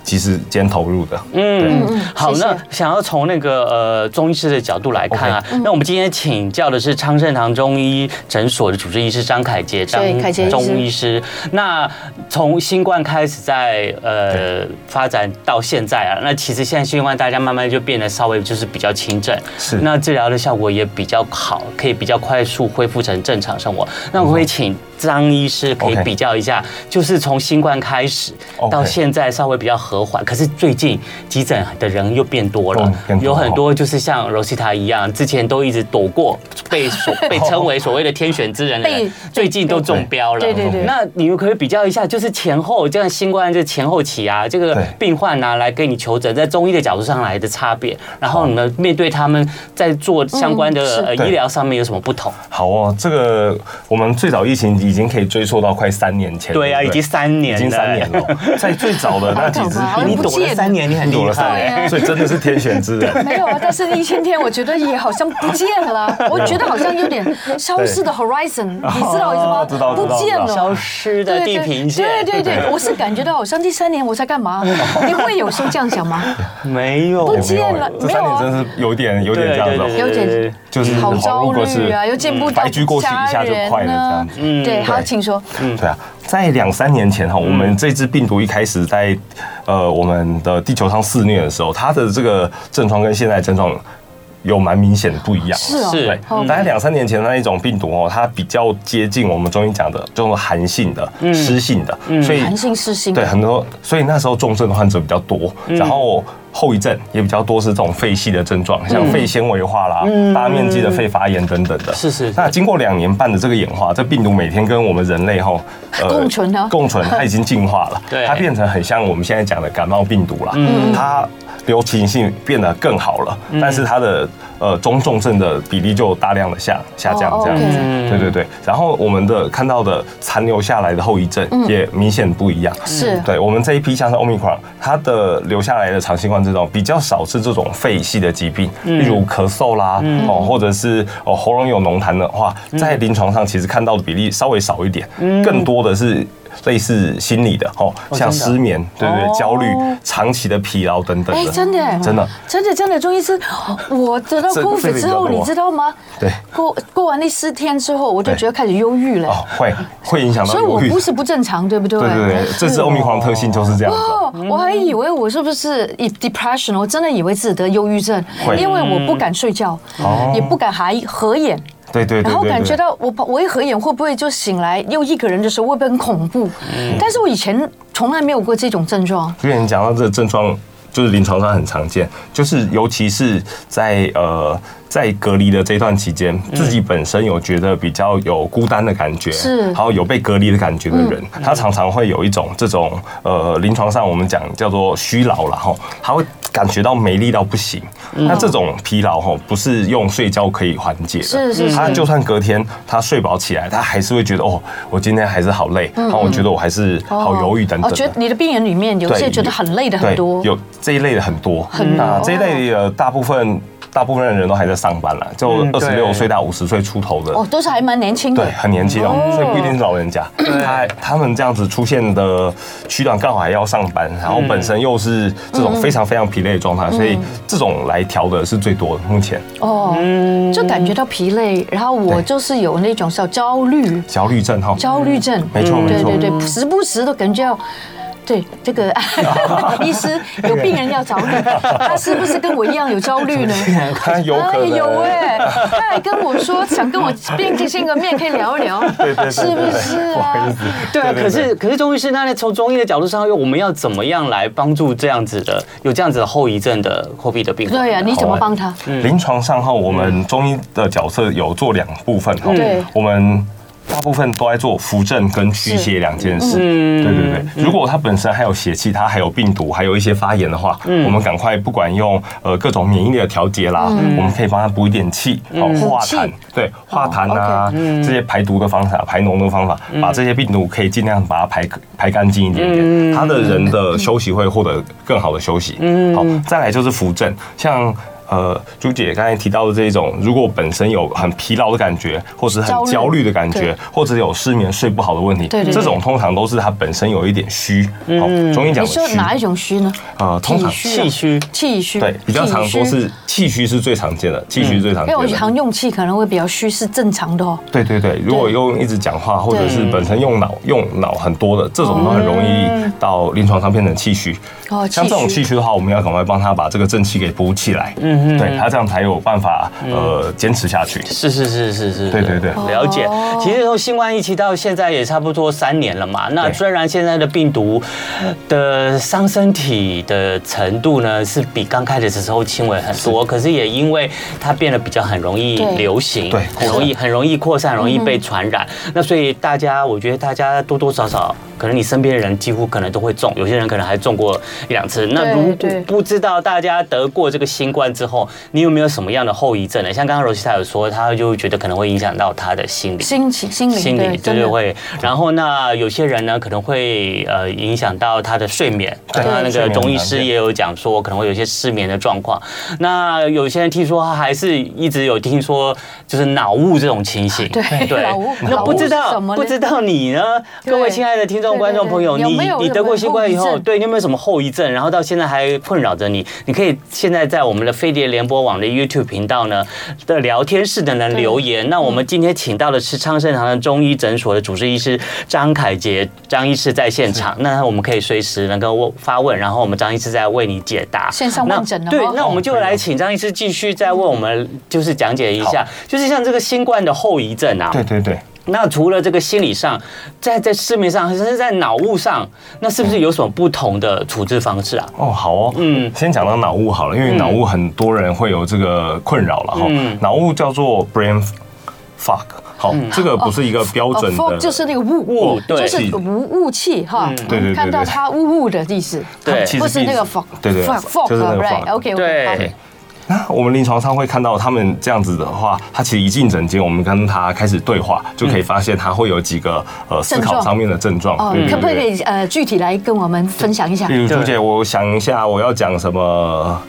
S4: 及时间投入的。
S3: 嗯，好，
S2: 谢谢
S3: 那想要从那个呃中医师的角度来看啊，
S2: 嗯
S3: 那我们今天请教的是昌盛堂中医诊所的主治医师张凯杰，张
S2: 对凯杰医师
S3: 中医师。那从新冠开始在呃发展到现在啊，那其实现在新冠大家慢慢就变得稍微就是比较轻症，
S4: 是
S3: 那治疗的效果也比较好，可以比较快速恢复成正常生活。那我会
S2: 嗯
S3: 请张医师可以
S4: OK
S3: 比较一下，就是从新冠开始
S4: OK
S3: 到现在稍微比较和缓，可是最近急诊的人又变多了
S4: 嗯，变多
S3: 有很多就是像 Rosita 一样，之前都一直躲 过被所被称为所谓的天选之人的人
S2: 被，
S3: 最近都中标了。
S2: 对对对
S3: 那你们可不可以比较一下，就是前后这样新冠这前后期啊，这个
S4: 对
S3: 病患啊来跟你求诊，在中医的角度上来的差别，然后你们面对他们在做相
S2: 嗯
S3: 关的
S2: 是
S3: 呃
S4: 哦对
S3: 医疗上面有什么不同？
S4: 好哦，这个我们最早疫情已经可以追溯到快三年前了，
S3: 对啊，已
S4: 不
S3: 经三年
S4: 已
S3: 了，
S4: 经三年了哦， 在最早的那几只
S2: 好可怕
S4: 病
S3: 你
S2: 不
S3: 躲了
S2: 见
S3: 三年，你很
S4: 毒
S3: 厉
S4: 了三
S3: 害。
S2: 啊
S4: 年，所以真的是天选之人。
S2: 没有啊，但是一千天，我觉得也好像不见 了，我觉得好像有点消失的 horizon，你知道我意思吗？
S4: 哦知道知道
S2: 不见
S4: 知
S2: 了
S3: 消。失的地平线，
S2: 对对对对，我是感觉到好像第三年我在干 嘛？你会有时候这样想吗？
S4: 嗯
S3: 没有，
S2: 不见了
S4: 这
S2: 没有
S4: 三年
S2: 啊
S4: 真的是有点有
S3: 对
S4: 点这样子
S3: 对对
S4: 哦，
S2: 有点
S3: 对
S4: 就是
S2: 好
S4: 恍
S2: 焦
S4: 如过
S2: 虑
S4: 去
S2: 啊，又见不到
S4: 白驹过隙一
S2: 家
S4: 下就
S2: 人啊
S4: 快了这
S2: 呢
S4: 样。子。
S3: 嗯
S2: 对，好，
S4: 对
S2: 请说。
S4: 对啊，在两三年前哈，我们这只病毒一开始在呃我们的地球上肆虐的时候，它的这个症状跟现在症状有蛮明显的不一样。
S2: 是哦，
S3: 是
S4: 对
S2: 嗯，
S4: 大概两三年前的那一种病毒哦，它比较接近我们中医讲的这种寒性的、湿性的，所以
S2: 寒性湿性。
S4: 对，很多，所以那时候重症的患者比较多，然后后遗症也比较多是这种肺系的症状，像肺纤维化啦、大面积的肺发炎等等的。
S3: 是是是
S4: 那经过两年半的这个演化，这病毒每天跟我们人类吼、呃
S2: 共存啊
S4: 共存，它已经进化了，
S3: 对嗯
S4: 它变成很像我们现在讲的感冒病毒啦，它流行性变得更好了，但是它的呃中重症的比例就大量的下下降
S2: 哦
S4: 这样子。
S2: OK
S4: 嗯
S3: 嗯
S4: 对对对，然后我们的看到的残留下来的后遗症也明显不一样，
S2: 嗯是
S4: 对我们这一批像是 Omicron，它的留下来的长新冠这种比较少是这种肺系的疾病，
S2: 嗯
S4: 例如咳嗽啦，哦，或者是哦喉咙有脓痰的话，
S2: 嗯
S4: 在临床上其实看到的比例稍微少一点，更多的是。类似心理的哦，像
S3: 真的
S4: 失眠，对对
S3: 哦
S4: 对，焦虑、长期的疲劳等等
S2: 哎，
S4: 的，
S2: 真的耶，
S4: 真的，
S2: 真的，真的，钟医师，我得到
S4: 这
S2: COVID 之后，
S4: 这个比较多
S2: 你知道吗？
S4: 对
S2: 过过完那四天之后，我就
S4: 对
S2: 觉得开始忧郁了
S4: 哦，，会会影响到
S2: 所以我
S4: 忧郁
S2: 不是不正常，对不对？
S4: 对对对，这次 Omicron 特性就是这样子哦。
S2: 哦，我还以为我是不是 depression，我真的以为自己得忧郁症
S4: 会，嗯
S2: 因为我不敢睡觉
S4: 哦，
S2: 也不敢还合眼。
S4: 对对对对
S2: 然后感觉
S4: 对
S2: 到我我一合眼会不会就醒来又一个人的时候会不会很恐怖？
S4: 嗯
S2: 但是我以前从来没有过这种症状。
S4: 所以你讲到这个症状，就是临床上很常见，就是尤其是在呃在隔离的这段期间，
S2: 嗯
S4: 自己本身有觉得比较有孤单的感觉，
S2: 是嗯
S4: 然后有被隔离的感觉的人，他常常会有一种这种呃临床上我们讲叫做虚劳然后他会。感觉到没力到不行，
S2: 嗯
S4: 那这种疲劳吼不是用睡觉可以缓解的，
S2: 是是是
S4: 他就算隔天他睡饱起来，他还是会觉得哦，我今天还是好累，然后我觉得我还是好犹豫等
S2: 嗯
S4: 等
S2: 哦，
S4: 的。
S2: 觉得你的病人里面有
S4: 对，
S2: 些觉得很累的很多，
S4: 对有这一类的很多，那这一类的大部分大部分的人都还在上班了，就
S3: 嗯
S4: 二
S3: 对
S4: 十六岁到五十岁出头的。
S2: 哦，都是还蛮年轻的
S4: 对，，很年轻哦
S2: 哦，
S4: 所以不一定是老人家。他他们这样子出现的区段刚好还要上班，然后本身又是这
S2: 嗯
S4: 种非常非常疲累的状态，所以这种来调的是最多的。目前
S2: 哦，就感
S4: 嗯
S2: 觉到疲累，然后我就是有那种小焦虑、
S4: 焦虑症哈，
S2: 焦虑症，嗯
S4: 没错没
S2: 对
S4: 错
S2: 对，对，时不时都感觉要。对这 个医师有病人要找你，他是不是跟我一样有焦虑呢？
S4: 他 有可
S2: 哎，
S4: 能
S2: 有哎，他还跟我说想跟我病见个面，可以聊一聊，
S4: 对对对
S2: 是不是
S4: 不好意
S2: 啊
S4: 思？
S3: 对啊，
S4: 对对
S3: 可是可是中医师，那从中医的角度上，我们要怎么样来帮助这样子的有这样子的后遗症的后壁的病患呢？
S2: 对啊
S4: 啊
S2: 呀，你怎么帮他？
S4: 临床上哈，我们中医的角色有做两部分哈
S2: 对，
S4: 我们。大部分都在做扶正跟驱邪两件事，
S3: 嗯
S2: 嗯
S4: 对对对。如果它本身还有邪气，它还有病毒，还有一些发炎的话，
S2: 嗯
S4: 我们赶快不管用呃各种免疫力的调节啦，我们可以帮它补一点气，哦
S2: 嗯
S4: 化痰
S2: 气，哦嗯
S4: 对化痰啊这些排毒的方法、排脓的方法，把这些病毒可以尽量把它排排干净一点
S2: 嗯
S4: 点，他的人的休息会获得更好的休息。好，再来就是扶正，像。呃，朱姐刚才提到的这种，如果本身有很疲劳的感觉，或是
S2: 焦
S4: 很
S2: 虑
S4: 焦虑的感
S2: 对
S4: 觉，或者有失眠睡不好的问题，
S2: 对对对嗯
S4: 这种通常都是他本身有一点虚。好，中医讲
S2: 你
S4: 的
S2: 说
S4: 虚，
S2: 哪一种虚呢？
S4: 呃，通常
S2: 体虚
S3: 气虚？
S2: 气虚，
S4: 对比较常
S2: 气虚
S4: 说是气虚是最常见的，气虚最常
S2: 因为我
S4: 见
S2: 常
S4: 的。
S2: 用气可能会比较虚，是正常的哦。
S4: 对对对，如果
S2: 对
S4: 用一直讲话，或者
S2: 对
S4: 是本身用脑用脑很多的，这种都很容易到临床上变成气虚。
S2: 哦，
S4: 像这种
S2: 虚
S4: 气虚的话，我们要赶快帮他把这个正气给补起来，嗯嗯，对他这样才有办法呃
S2: 嗯
S4: 坚持下去。
S3: 是是是是是，
S4: 对对对
S2: 哦
S3: 哦了解。其实从新冠疫情到现在也差不多三年了嘛。那
S4: 对
S3: 虽然现在的病毒的伤身体的程度呢是比刚开始的时候轻微很多，可是也因为它变得比较很容易
S2: 对
S3: 流行，
S4: 对
S3: 很容易很容易扩散，很容易被传染。那所以大家，我觉得大家多多少少，可能你身边的人几乎可能都会中，有些人可能还中过一两次。那如果
S2: 对
S3: 不知道大家得过这个新冠之后，你有没有什么样的后遗症呢？像刚刚罗西塔有说，他就觉得可能会影响到他的心理。
S2: 心情、心灵，
S3: 心理
S2: 对，
S3: 对
S2: 真
S3: 对
S2: 的
S3: 会，然后那有些人呢可能会呃影响到他的睡眠，
S4: 对
S3: 刚刚那
S4: 睡
S3: 个
S4: 眠
S3: 中医
S4: 很常
S3: 师
S4: 见
S3: 也有讲说可能会有一些失眠的状况。那有些人听说他还是一直有听说就是脑雾这种情形，
S2: 对脑雾
S3: 那
S2: 脑
S3: 不
S2: 雾
S3: 知
S2: 是
S3: 道
S2: 什么呢
S3: 不知道你呢，
S2: 对
S3: 各位亲爱的听众
S2: 对对
S3: 观众
S2: 对
S3: 朋友，
S2: 有
S3: 你
S2: 没有
S3: 你
S2: 有
S3: 得
S2: 没
S3: 过
S2: 有
S3: 新冠以
S2: 后遗
S3: 后，
S2: 症
S3: 对你有没有什么后遗症？然后到现在还困扰着你，你可以现在在我们的飞碟联播网的 YouTube 频道呢的聊天室的呢
S2: 对嗯
S3: 留言。那我们今天请到的是昌盛堂的中医诊所的主治医师张凯杰张医师在现场，那我们可以随时能够问发问，然后我们张医师再为你解答
S2: 线上问诊了
S3: 那对
S2: 哦，
S3: 那我们就来请张医师继续再为我们就是讲解一下，就是像这个新冠的后遗症啊，
S4: 对对对。
S3: 那除了这个心理上，在在市面上，甚至在脑雾上，那是不是有什么不同的处置方式啊？
S4: 哦，好哦，
S3: 嗯
S4: 嗯，先讲到脑雾好了，因为脑雾很多人会有这个困扰了哈
S3: 嗯。
S4: 脑雾叫做 brain fog，好，这个不是一个标
S2: 嗯哦
S4: 准
S2: ，fog
S4: 的，
S2: 就是那个雾
S3: 雾
S2: 就
S3: 对
S2: 是无雾气哈，
S4: 对对对
S2: 看到
S4: 对
S2: 它雾雾的意思，啊
S3: 对
S4: 其实
S2: 不是那个啊
S4: 意思
S2: fog，
S4: 对对对
S2: fog，
S4: 就是那个 fog
S2: right，OK，
S3: 对
S4: 那我们临床上会看到他们这样子的话，他其实一进诊间，我们跟他开始对话，就可以发现他会有几个呃思
S2: 症状
S4: 考上面的症状。
S2: 哦
S4: 对，对
S2: 可不可
S4: 对
S2: 以呃具体来跟我们分享一下
S4: 例？嗯如朱
S3: 对
S4: 姐，我想一下，我要讲什么？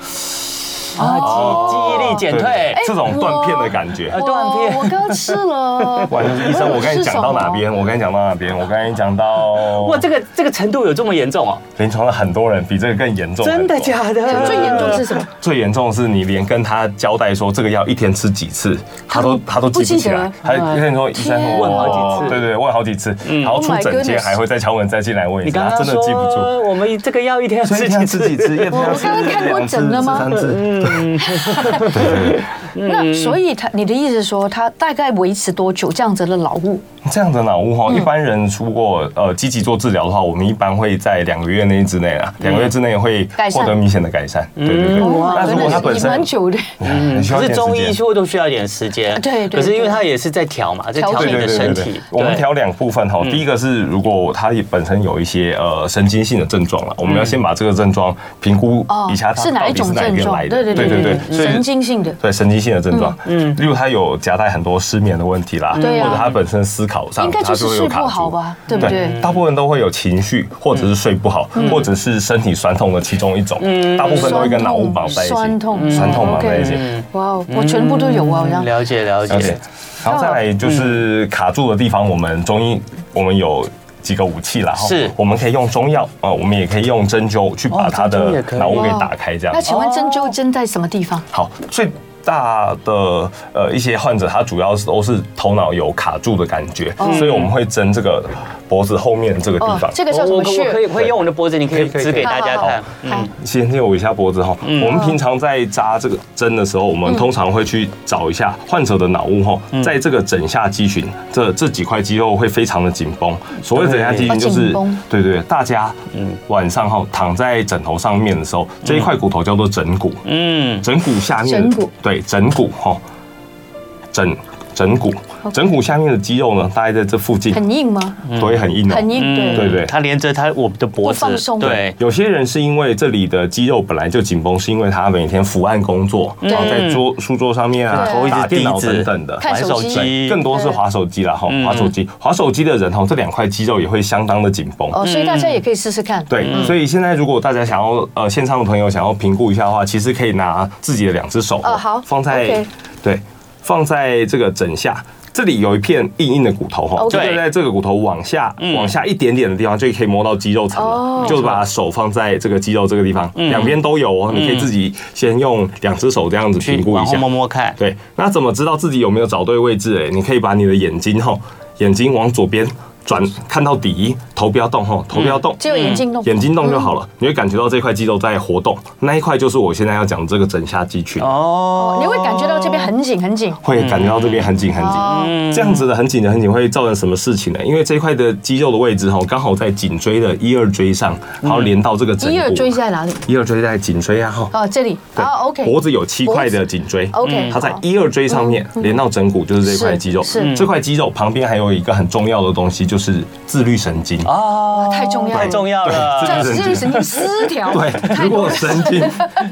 S3: 啊，
S2: 哦
S3: 记记忆力减退，
S2: 哎
S4: 这种断片的感觉
S3: 我。断
S2: 我
S3: 片
S2: 哦我刚吃 了，
S4: 哇，就是医生，我跟你讲到哪边，我跟你讲到哪边，我跟你讲到。
S3: 哇，这个这个程度有这么严重哦？
S4: 临床的很多人比这个更严重。
S3: 真的假的？
S2: 最严重是什么？
S4: 最严重的是你连跟他交代说这个要一天吃几次，他都他都记不起来，
S2: 不
S4: 还
S2: 记得
S4: 有跟你说医生
S2: 天啊
S3: 问好几次嗯
S4: 对对，问好几次，然后出
S2: Oh my
S4: 诊间
S2: goodness
S4: 还会再敲门再进来问一
S3: 你
S4: 次，
S3: 刚
S4: 他
S3: 刚
S4: 真的记不住。
S3: 说我们这个要一天要
S4: 所以
S3: 吃
S4: 一天
S3: 几
S4: 要吃几
S3: 次？
S4: 次，一天要
S2: 我
S4: 吃
S2: 刚刚看过
S4: 两次
S2: 诊了吗
S4: 吃三次，对对对。
S2: 那所以他，你的意思是说，他大概维持多久这样子的脑雾？
S4: 这样的脑雾
S2: 嗯
S4: 哈，一般人如果呃积极做治疗的话，我们一般会在两个月内之内啊，两个月之内会
S2: 嗯改善嗯
S4: 获得明显的改善。对对对。
S2: 哇，
S4: 嗯那
S2: 哦
S4: 如
S2: 真
S4: 果
S2: 的
S4: 他本
S2: 是也
S4: 身
S2: 蛮久的。
S4: 嗯，需要
S3: 可
S4: 一
S3: 是
S4: 点
S3: 中
S4: 时
S3: 医
S4: 间
S3: 就都需要一点时间，
S2: 对对
S3: 可是因为
S2: 对
S3: 它也是在调嘛，在
S2: 调
S3: 调
S2: 整
S3: 你的身体。
S4: 我们
S3: 对
S4: 调两部分哈。第一个是如果他本身有一些呃神经性的症状了，我们要先把这个症状评估
S2: 哦
S4: 一下，，它
S2: 是哪
S4: 到
S2: 一
S4: 底
S2: 种
S4: 是哪一
S2: 症
S4: 边
S2: 状
S4: 来？的。
S2: 对对对
S4: 对
S2: 对，
S4: 所以
S2: 神经性的。
S4: 对神经性的症状，嗯，例如他有夹带很多失眠的问题啦，
S2: 对啊
S4: 或者他本身思考上
S2: 应该
S4: 啊他
S2: 就是
S4: 就会有
S2: 睡
S4: 卡
S2: 不好
S4: 住。
S2: 吧，对不对？嗯
S4: 大部分都会有情绪，或者是睡不好，或者是身体酸痛的其中一种，大部分都会跟脑雾绑在一起，
S2: 嗯酸痛
S4: 酸痛绑在一起。
S2: OK 哇哦，我全部都有啊，好像
S3: 嗯了解了
S4: 了解
S3: 解，。
S4: 然后再来就是卡住的地方，我们中医我们有。几个武器啦，哈
S3: 是
S4: 我们可以用中药啊、呃我们也可以用针灸去把它
S3: 针灸
S4: 的
S3: 也可以
S4: 脑雾给
S2: 哇
S4: 打开，这样
S2: 那。请问针灸针在什么地方？
S4: 好，最大的呃一些患者，他主要是都是头脑有卡住的感觉，所以我们会针这个脖子后面这个地
S2: 哦
S4: 方，。
S2: 这个
S3: 我
S2: 叫什
S3: 我
S2: 么
S3: 可我可以
S2: 穴？
S3: 会用我的脖子，你可以
S4: 可以
S3: 指给
S2: 可以
S3: 大家
S2: 好好
S3: 看。嗯
S2: 好
S4: 先扭一下脖子哈。我们平常在扎这个针的时候，我们通常会去找一下患者的脑雾哈，在这个枕下肌群这这几块肌肉会非常的紧绷。所谓枕下肌群就
S2: 哦
S4: 是
S2: 紧绷
S4: 对对，对大家嗯晚上哈躺在枕头上面的时候，这一块骨头叫做枕骨，
S3: 嗯，
S4: 枕骨下面
S2: 枕骨
S4: 对枕骨哈，枕枕骨
S2: OK
S4: 枕骨下面的肌肉呢，大概在这附近，
S2: 很硬吗？
S4: 都会很硬哦。
S2: 很硬，
S3: 嗯
S2: 对。
S4: 对对
S3: 它连着它我们的脖子
S2: 不放，松
S3: 对，
S4: 有些人是因为这里的肌肉本来就紧绷，是因为他每天伏案工作，然后在桌书桌上面啊
S2: 对头一，直
S4: 打电脑
S3: 低着
S4: 等等的。
S2: 看
S3: 玩
S2: 手机
S4: 对，更多是滑手机啦，哈，滑手机，滑手机的人哈，这两块肌肉也会相当的紧绷。
S2: 哦，嗯所以大家也可以试试看。
S4: 对，所以现在如果大家想要呃线上的朋友想要评估一下的话，其实可以拿自己的两只手
S2: 哦好
S4: 放在
S2: OK
S4: 对放在这个枕下。这里有一片硬硬的骨头哈，
S2: OK
S4: 就在这个骨头往下
S3: 嗯
S4: 往下一点点的地方，就可以摸到肌肉层
S2: 哦
S4: 了。就把手放在这个肌肉这个地方，
S3: 嗯
S4: 两边都有哦。你可以自己先用两只手这样子
S3: 去
S4: 评估一
S3: 往后
S4: 下
S3: 摸。摸看。
S4: 对，那怎么知道自己有没有找对位置、欸？你可以把你的眼睛吼，眼睛往左边转，看到底，头不要动吼，头不要
S3: 嗯
S4: 动，
S2: 只有眼睛嗯动
S4: 嗯眼睛动就好了，你会感觉到这块肌肉在活动，那一块就是我现在要讲的这个枕下肌群。
S3: 哦
S2: 你会感觉到这边很紧很紧。哦
S4: 会感觉到这边很紧很
S3: 哦
S2: 嗯
S4: 紧，这样子的很紧的很紧会造成什么事情呢？因为这一块的肌肉的位置吼，刚好在颈椎的一二椎上，然后连到这个枕
S2: 嗯
S4: 骨。
S2: 一二椎在哪里？
S4: 一二椎在颈椎啊吼，
S2: 哦，这里。
S4: 对
S2: 啊，OK。
S4: 脖子有七块的颈椎嗯
S2: 脖子 OK，
S4: 它在
S2: 好
S4: 一二椎上面连到枕骨，就是这块肌肉。
S2: 是是
S4: 这块肌肉旁边还有一个很重要的东西，就是自律神经。
S3: 哦，
S2: 太重要了
S3: 太重要
S4: 对
S3: 了。
S2: 这是神经失调。
S4: 对，
S2: 太
S4: 如果
S2: 多
S4: 神经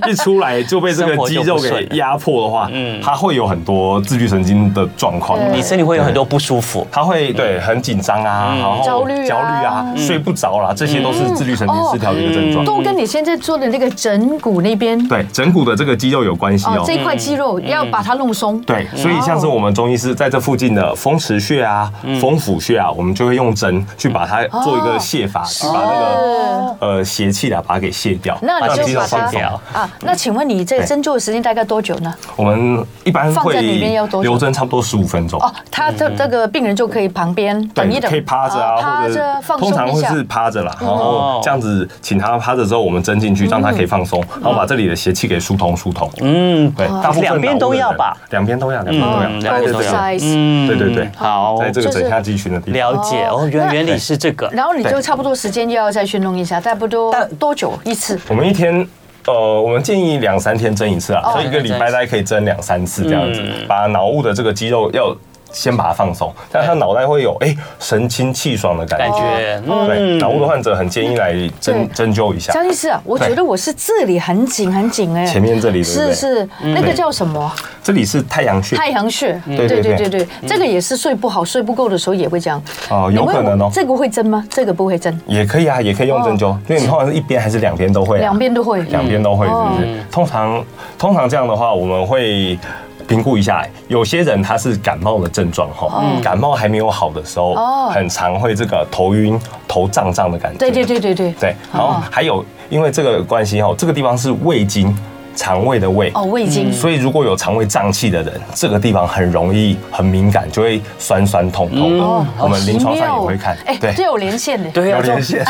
S4: 一出来就被这个肌肉
S3: 生活就不顺
S4: 给
S3: 了
S4: 压迫的话，
S3: 嗯
S4: 它会有很多自律神经的状况。
S2: 对
S3: 你身体会有很多不舒服。
S4: 它会对很紧张啊，然后
S2: 焦虑啊哦
S4: 焦虑啊，睡不着啦，这些都是自律神经失调的一个症状。
S2: 都跟你现在做的那个枕骨那边，
S4: 对，枕骨的这个肌肉有关系
S2: 哦
S4: 哦，。
S2: 这一块肌肉要把它弄松。
S4: 对，所以像是我们中医师在这附近的风池穴啊、风府穴啊，我们就会用针去把它做一个泻
S2: 嗯
S4: 法，去把那个
S2: 呃
S4: 呃邪气啊把它给卸掉，
S2: 那
S4: 把
S2: 你
S4: 肌
S2: 就
S4: 肉
S2: 把
S4: 放
S2: 它
S4: 松。
S2: 啊，那请问你在
S4: 对
S2: 针灸的时间大概多久呢？
S4: 我们一般
S2: 放在里面要
S4: 会
S2: 多久
S4: 留针差不多十五分钟。
S2: 哦，他这这个病人就可以旁边等一
S4: 嗯对，
S2: 等，
S4: 可以趴着啊，
S2: 哦趴
S4: 或者
S2: 着放
S4: 通常
S2: 松一
S4: 会
S2: 下
S4: 是。趴着啦，然后这样子请他趴着之后，我们针进去，让他可以放松，然后把这里的邪气给疏通疏通。
S3: 嗯，
S4: 对，大部分
S3: 两边都要吧
S4: 脑雾的人？两边都要，两边都要
S3: 嗯，
S4: 大概是这样
S2: size，
S3: 嗯
S4: 对对对
S3: 好，
S4: 在这个枕下肌群的地方。
S3: 了解哦，原
S2: 那
S3: 原理是这个。
S2: 然后你就差不多时间又要再去弄一下，差不多
S3: 但
S2: 多久一次？
S4: 我们一天。呃，我们建议两三天蒸一次啊，
S2: 哦
S4: 所以一个礼拜大概可以蒸两三次这样子，
S3: 嗯
S4: 把脑雾的这个肌肉要先把它放松，但他脑袋会有哎、神清气爽的感
S3: 感
S4: 觉。
S3: 觉，
S2: 哦
S3: 嗯
S4: 对，脑雾的患者很建议来
S2: 对
S4: 针针灸一下
S2: 江医师啊，我觉得我是这里很紧很紧哎，
S4: 前面这里，对不
S2: 是
S4: 对？嗯
S2: 是那个叫什么
S4: 这里是太阳穴，
S2: 太阳穴？
S4: 嗯对对
S2: 对
S4: 对
S2: 对对，这个也是睡不好、睡不够的时候也会这样。
S4: 哦有
S2: 你会
S4: 可能哦
S2: 这个会针吗？这个不会针，
S4: 也可以啊，也可以用针灸，因为你通常是一边还是两边都会啊，
S2: 哦两边嗯哦都会。
S4: 两边都会，是不是？通常通常这样的话，我们会。评估一下，有些人他是感冒的症状哈，感冒还没有好的时候，
S2: 哦
S4: 很常会这个头晕、头胀胀的感觉。
S2: 对对对对对。哦
S4: 对，然后还有因为这个关系哈，这个地方是胃经。肠胃的胃。
S2: 哦，味精，
S4: 所以如果有肠胃胀气的人，这个地方很容易很敏感，就会酸酸痛痛的。
S2: 哦，
S4: 嗯我们
S2: 好
S4: 临床
S2: 奇
S4: 上
S2: 妙
S4: 也会看，
S2: 哎，这有连线的，
S3: 对
S4: 有
S3: 啊，
S4: 连线，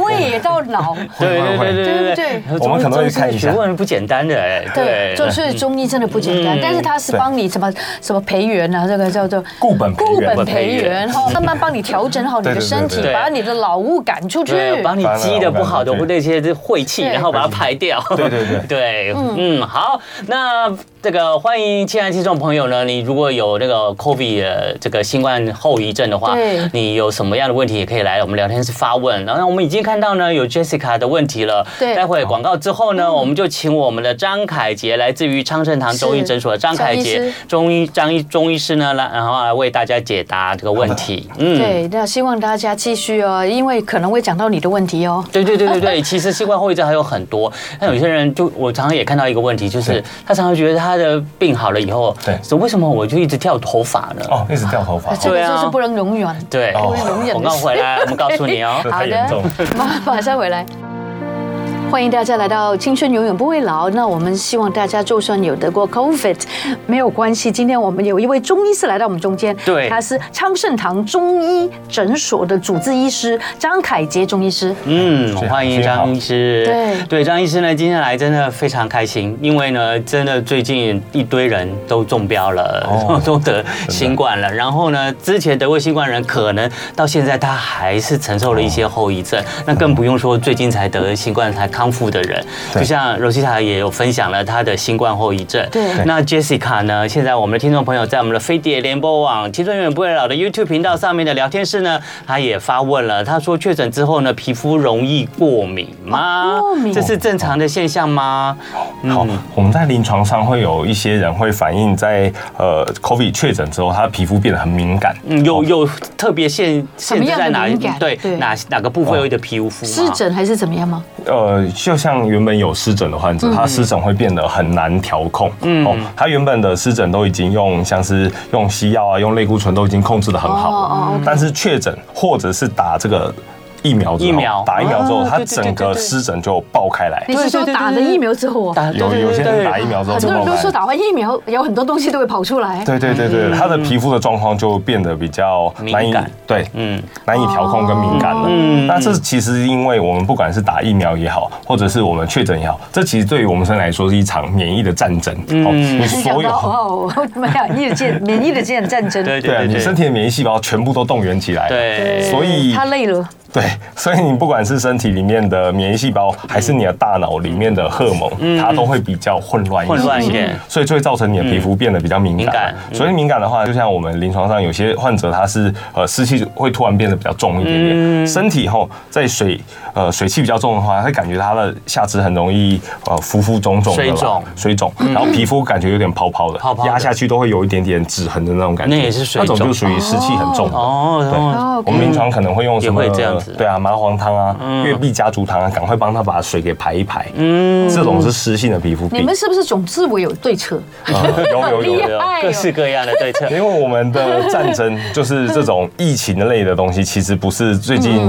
S2: 胃也到 脑。
S3: 对对
S2: 对
S3: 对
S2: 对
S3: 对
S2: 对
S3: 对对，
S4: 我们可能会看一下
S3: 学问不简单的哎，
S2: 对，就是中医真的不简单，
S3: 嗯
S2: 但是他是帮你什么什么培元啊，这个叫做
S4: 固本培
S2: 固
S4: 元
S2: 本培元，哈，慢慢帮你调整好你的
S4: 对对对
S2: 身体，
S3: 对
S2: 把你的老物赶出去。
S3: 对，把你积的不好的那些晦气，
S2: 对
S3: 然后把它排掉。
S4: 对对对
S3: 对，嗯，好，那这个欢迎亲爱的听众朋友呢，你如果有那个 COVID 呃这个新冠后遗症的话
S2: 对，
S3: 你有什么样的问题也可以来我们聊天室发问。然后我们已经看到呢有 Jessica 的问题了，
S2: 对嗯
S3: 待会广告之后呢，我们就请我们的张凯杰，来自于昌盛堂中医诊所的张凯
S2: 张医
S3: 杰
S2: 师
S3: 中医张医中医师呢，来然后来为大家解答这个问题。嗯，
S2: 对，那希望大家继续哦，因为可能会讲到你的问题哦。
S3: 对对对对 对，其实新冠后遗症还有很多，但有些人就我常常也看到一个问题，就是
S4: 对
S3: 他常常觉得他的病好了以后，
S4: 对
S3: 说为什么我就一直掉头发呢？
S4: 哦，一直掉头发
S2: 那，这个
S3: 对啊
S2: 就是不能容忍。
S3: 对，
S4: 哦
S3: 广告回来，我们告诉你 哦。
S4: 这太严重了。
S2: 马马上回来。欢迎大家来到《青春永远不会老》。那我们希望大家就算有得过 COVID，没有关系。今天我们有一位中医师来到我们中间，
S3: 对
S2: 他是昌盛堂中医诊所的主治医师张凯杰中医师。
S3: 嗯，
S4: 是
S3: 欢迎
S4: 是好
S3: 张医师。
S2: 对
S3: 张医师呢，今天来真的非常开心，因为呢，真的最近一堆人都中标了，
S4: 哦
S3: 都得新冠了。然后呢，之前得过新冠的人，可能到现在他还是承受了一些后遗症，那更不用说最近才得新冠才康复的人。
S4: 对
S3: 就像 Rosita 也有分享了她的新冠后遗症。
S2: 对对
S3: 那 Jessica 呢，现在我们的听众朋友在我们的飞碟联播网“青春永远不会老”的 YouTube 频道上面的聊天室呢，她也发问了，她说确诊之后呢，皮肤容易过敏吗？
S2: 哦过敏
S3: 这是正常的现象吗？
S4: 好，我们在临床上会有一些人会反映在呃 COVID 确诊之后，他的皮肤变得很敏感。
S3: 嗯，有有特别限限制
S2: 样的
S3: 在哪
S2: 敏感
S3: 对
S2: 对哦
S3: 哪哪个部分有的皮肤吗？
S2: 湿疹还是怎么样吗？
S4: 呃，就像原本有湿疹的患者，他湿疹会变得很难调控。嗯，哦，他原本的湿疹都已经用像是用西药啊，用类固醇都已经控制的很好了。
S2: 哦
S4: 但是确诊或者是打这个疫苗之后，
S3: 疫苗
S4: 打疫苗之后，
S3: 啊
S4: 它
S3: 对对对
S4: 整
S3: 对
S4: 个
S3: 对
S4: 湿疹就爆开来。
S2: 你是说
S3: 对对对对
S2: 打了
S3: 对
S2: 疫苗之后啊？
S3: 打
S4: 有有些人打疫苗之后
S2: 很
S4: 就
S2: 多
S4: 爆
S2: 人
S4: 开
S2: 都说
S4: 来。
S2: 打完疫苗有很多东西都会跑出来。
S4: 对对对对，他的皮肤的状况就变得比较难
S3: 嗯敏
S4: 以
S3: 感
S4: 对，
S3: 嗯，
S4: 难以调控跟敏感了。
S3: 嗯
S4: 那这其实因为我们不管是打疫苗也好，或者是我们确诊也好，这其实对于我们身体来说是一场免疫的战争。
S3: 嗯
S4: 哦，你
S2: 你想
S4: 所
S2: 到
S4: 有。
S2: 哦，免疫的战免疫的战战争，
S3: 啊对
S4: 对啊，
S3: 对
S4: 你身
S3: 对
S4: 体的免疫细胞全部都动员起来了。
S3: 对。
S4: 所以
S2: 他累了。
S4: 对，所以你不管是身体里面的免疫细胞，还是你的大脑里面的荷尔蒙，它都会比较混乱一
S3: 嗯
S4: 些
S3: 混乱一点，嗯
S4: 所以就会造成你的皮肤变得比较敏
S3: 敏感
S4: 感。所以敏感的话，就像我们临床上有些患者，他是呃湿气会突然变得比较重一点
S3: 嗯
S4: 点，身体后在水呃水气比较重的话，会感觉他的下肢很容易呃浮浮肿肿的啦
S3: 水肿嗯
S4: 水肿，然后皮肤感觉有点泡泡的
S3: 泡，泡的
S4: 压下去都会有一点点指痕的那种感觉，
S3: 那也是水
S4: 那种
S3: 肿
S4: 就属于湿气很重的。
S3: 哦，然后
S2: 哦
S4: 我们临床可能会用什么？
S3: 也会这样子嗯
S4: 对啊，麻黄汤啊、月碧家族汤啊，赶快帮他把水给排一排。嗯，这种是湿性的皮肤
S2: 你
S4: 病
S2: 们，是不是总是我有对策？
S4: 呃有有
S2: 厉害
S4: 有。
S3: 有
S2: 哎呦
S3: 各式各样的对策
S4: 因。为我们的战争就是这种疫情类的东西，其实不是最近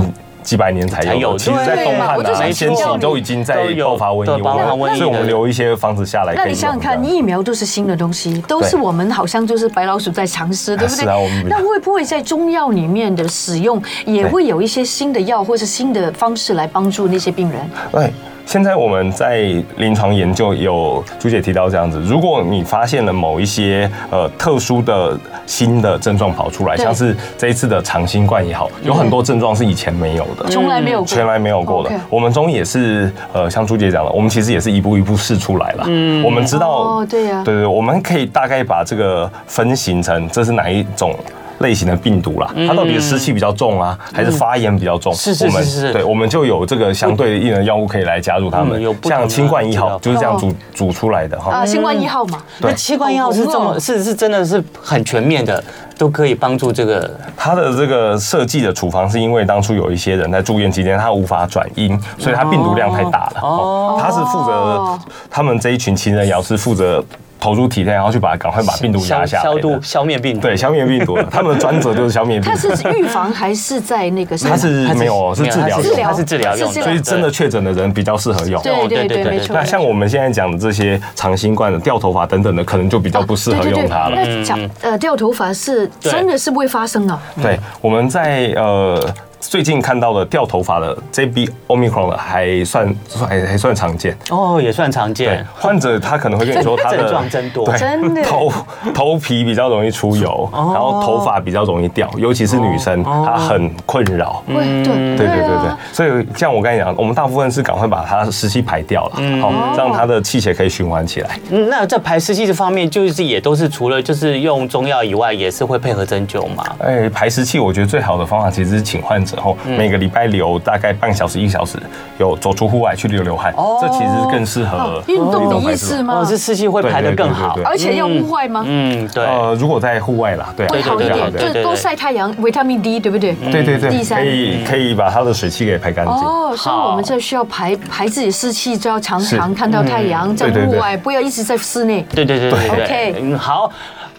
S4: 几百年才
S3: 才
S4: 有
S3: 有
S4: 的，其实在
S2: 嗯对
S4: 东汉
S2: 我就
S4: 啊、
S2: 想
S4: 先
S2: 请教
S4: 秦
S2: 你
S4: 都已经在
S3: 都有
S4: 爆发瘟
S3: 对
S4: 疫，
S3: 爆发瘟疫
S4: 所以我
S3: 的
S4: 们留一些方子下来。
S2: 那你想想看，，疫苗都是新的东西，都是我们好像就是白老鼠在尝试，对不对？
S4: 是啊我们
S2: 那会不会在中药里面的使用也会有一些新的药或是新的方式来帮助那些病人？
S4: 对，现在我们在临床研究有朱姐提到这样子，如果你发现了某一些呃特殊的新的症状跑出来，
S2: 对
S4: 像是这一次的长新冠也好，有很多症状是以前没有的。
S2: 从来没有过，
S4: 从来没有过的
S2: OK，
S4: 我们中医也是，呃，像朱姐讲的，我们其实也是一步一步试出来了。嗯，我们知道，
S2: 哦对呀
S4: 对对，我们可以大概把这个分型成这是哪一种。类型的病毒啦，它到底是湿气比较重啊，还是发炎比较重？
S3: 嗯是是
S4: 我们
S3: 是是是
S4: 对，我们就有这个相对应的药物可以来加入它们
S3: 嗯有，不同的
S4: 像清冠一
S3: 治疗
S4: 号就是这样
S2: 哦
S4: 煮煮出来的哈
S2: 啊，。新冠一号嘛，
S3: 那器官药是这
S2: 好红哦
S3: 么是是真的是很全面的，都可以帮助这个
S4: 它的这个设计的处方是因为当初有一些人在住院期间他无法转阴，所以他病毒量太大了。
S3: 哦
S4: 哦，他是负责他们这一群情人药是负责投入体内，然后去把赶快把病毒
S3: 消
S4: 压下来的。
S3: 消毒消灭病毒，
S4: 对，消灭病毒的，他们的专责就是消灭病
S2: 它
S4: 毒。
S2: 是预防还是在那个什么？
S4: 它是没有，是治疗
S2: 治
S4: 用
S2: 疗
S3: 它是治疗用
S2: 是治
S3: 的，
S2: 疗
S4: 所以真的确诊的人比较适合用。
S2: 哦对对
S3: 对
S2: 对，
S3: 对
S2: 没
S3: 对
S2: 错。
S4: 那像我们现在讲的这些长新冠的掉头发等等的，可能就比较不适合用它了。
S2: 对对对那讲呃掉头发是
S3: 对
S2: 真的是不会发生的，
S4: 对，我们在呃最近看到的掉头发的，这比 omicron 的还算算还还算常见。
S3: 哦，也算常
S4: 对
S3: 见，，
S4: 患者他可能会跟你说他的
S3: 症状增多
S4: 对，
S2: 真的
S4: 头头皮比较容易出油，
S3: 哦
S4: 然后头发比较容易掉，尤其是女生，她很困扰。
S3: 嗯
S2: 会对
S4: 对对对对
S2: 啊，，
S4: 所以像我刚才讲，我们大部分是赶快把它湿气排掉了，好
S2: 哦
S4: 让它的气血可以循环起来。
S3: 嗯那在排湿气这方面，就是也都是除了就是用中药以外，也是会配合针灸嘛。
S4: 哎，排湿气，我觉得最好的方法其实是请患者后每个礼拜留大概半小时、一个小时，有走出户外去流流汗，这其实更适合
S2: 哦运动的意
S4: 排
S2: 思
S4: 毒
S2: 吗
S3: 哦，？这湿气会
S4: 对
S3: 排得
S4: 对
S3: 更
S4: 对对
S3: 好
S4: 对。
S2: 而且要户外吗？
S3: 嗯，对，
S4: 呃，如果在户外啦，对，
S2: 会好一
S4: 对
S2: 点，
S4: 对嗯
S2: 就
S3: 对
S2: 是
S3: 对
S2: 多晒太阳，维他命 D，对不对？
S4: 对对对，
S2: 第三
S4: 可以可以把他的水汽给排干净。
S2: 哦，所以
S3: 好
S2: 我们这需要排排自己湿气，就要常
S4: 是
S2: 常看到太阳，在
S4: 对对
S2: 户
S4: 对
S2: 外，不要一直在室内。
S3: 对对对对对
S2: OK
S3: 嗯，好。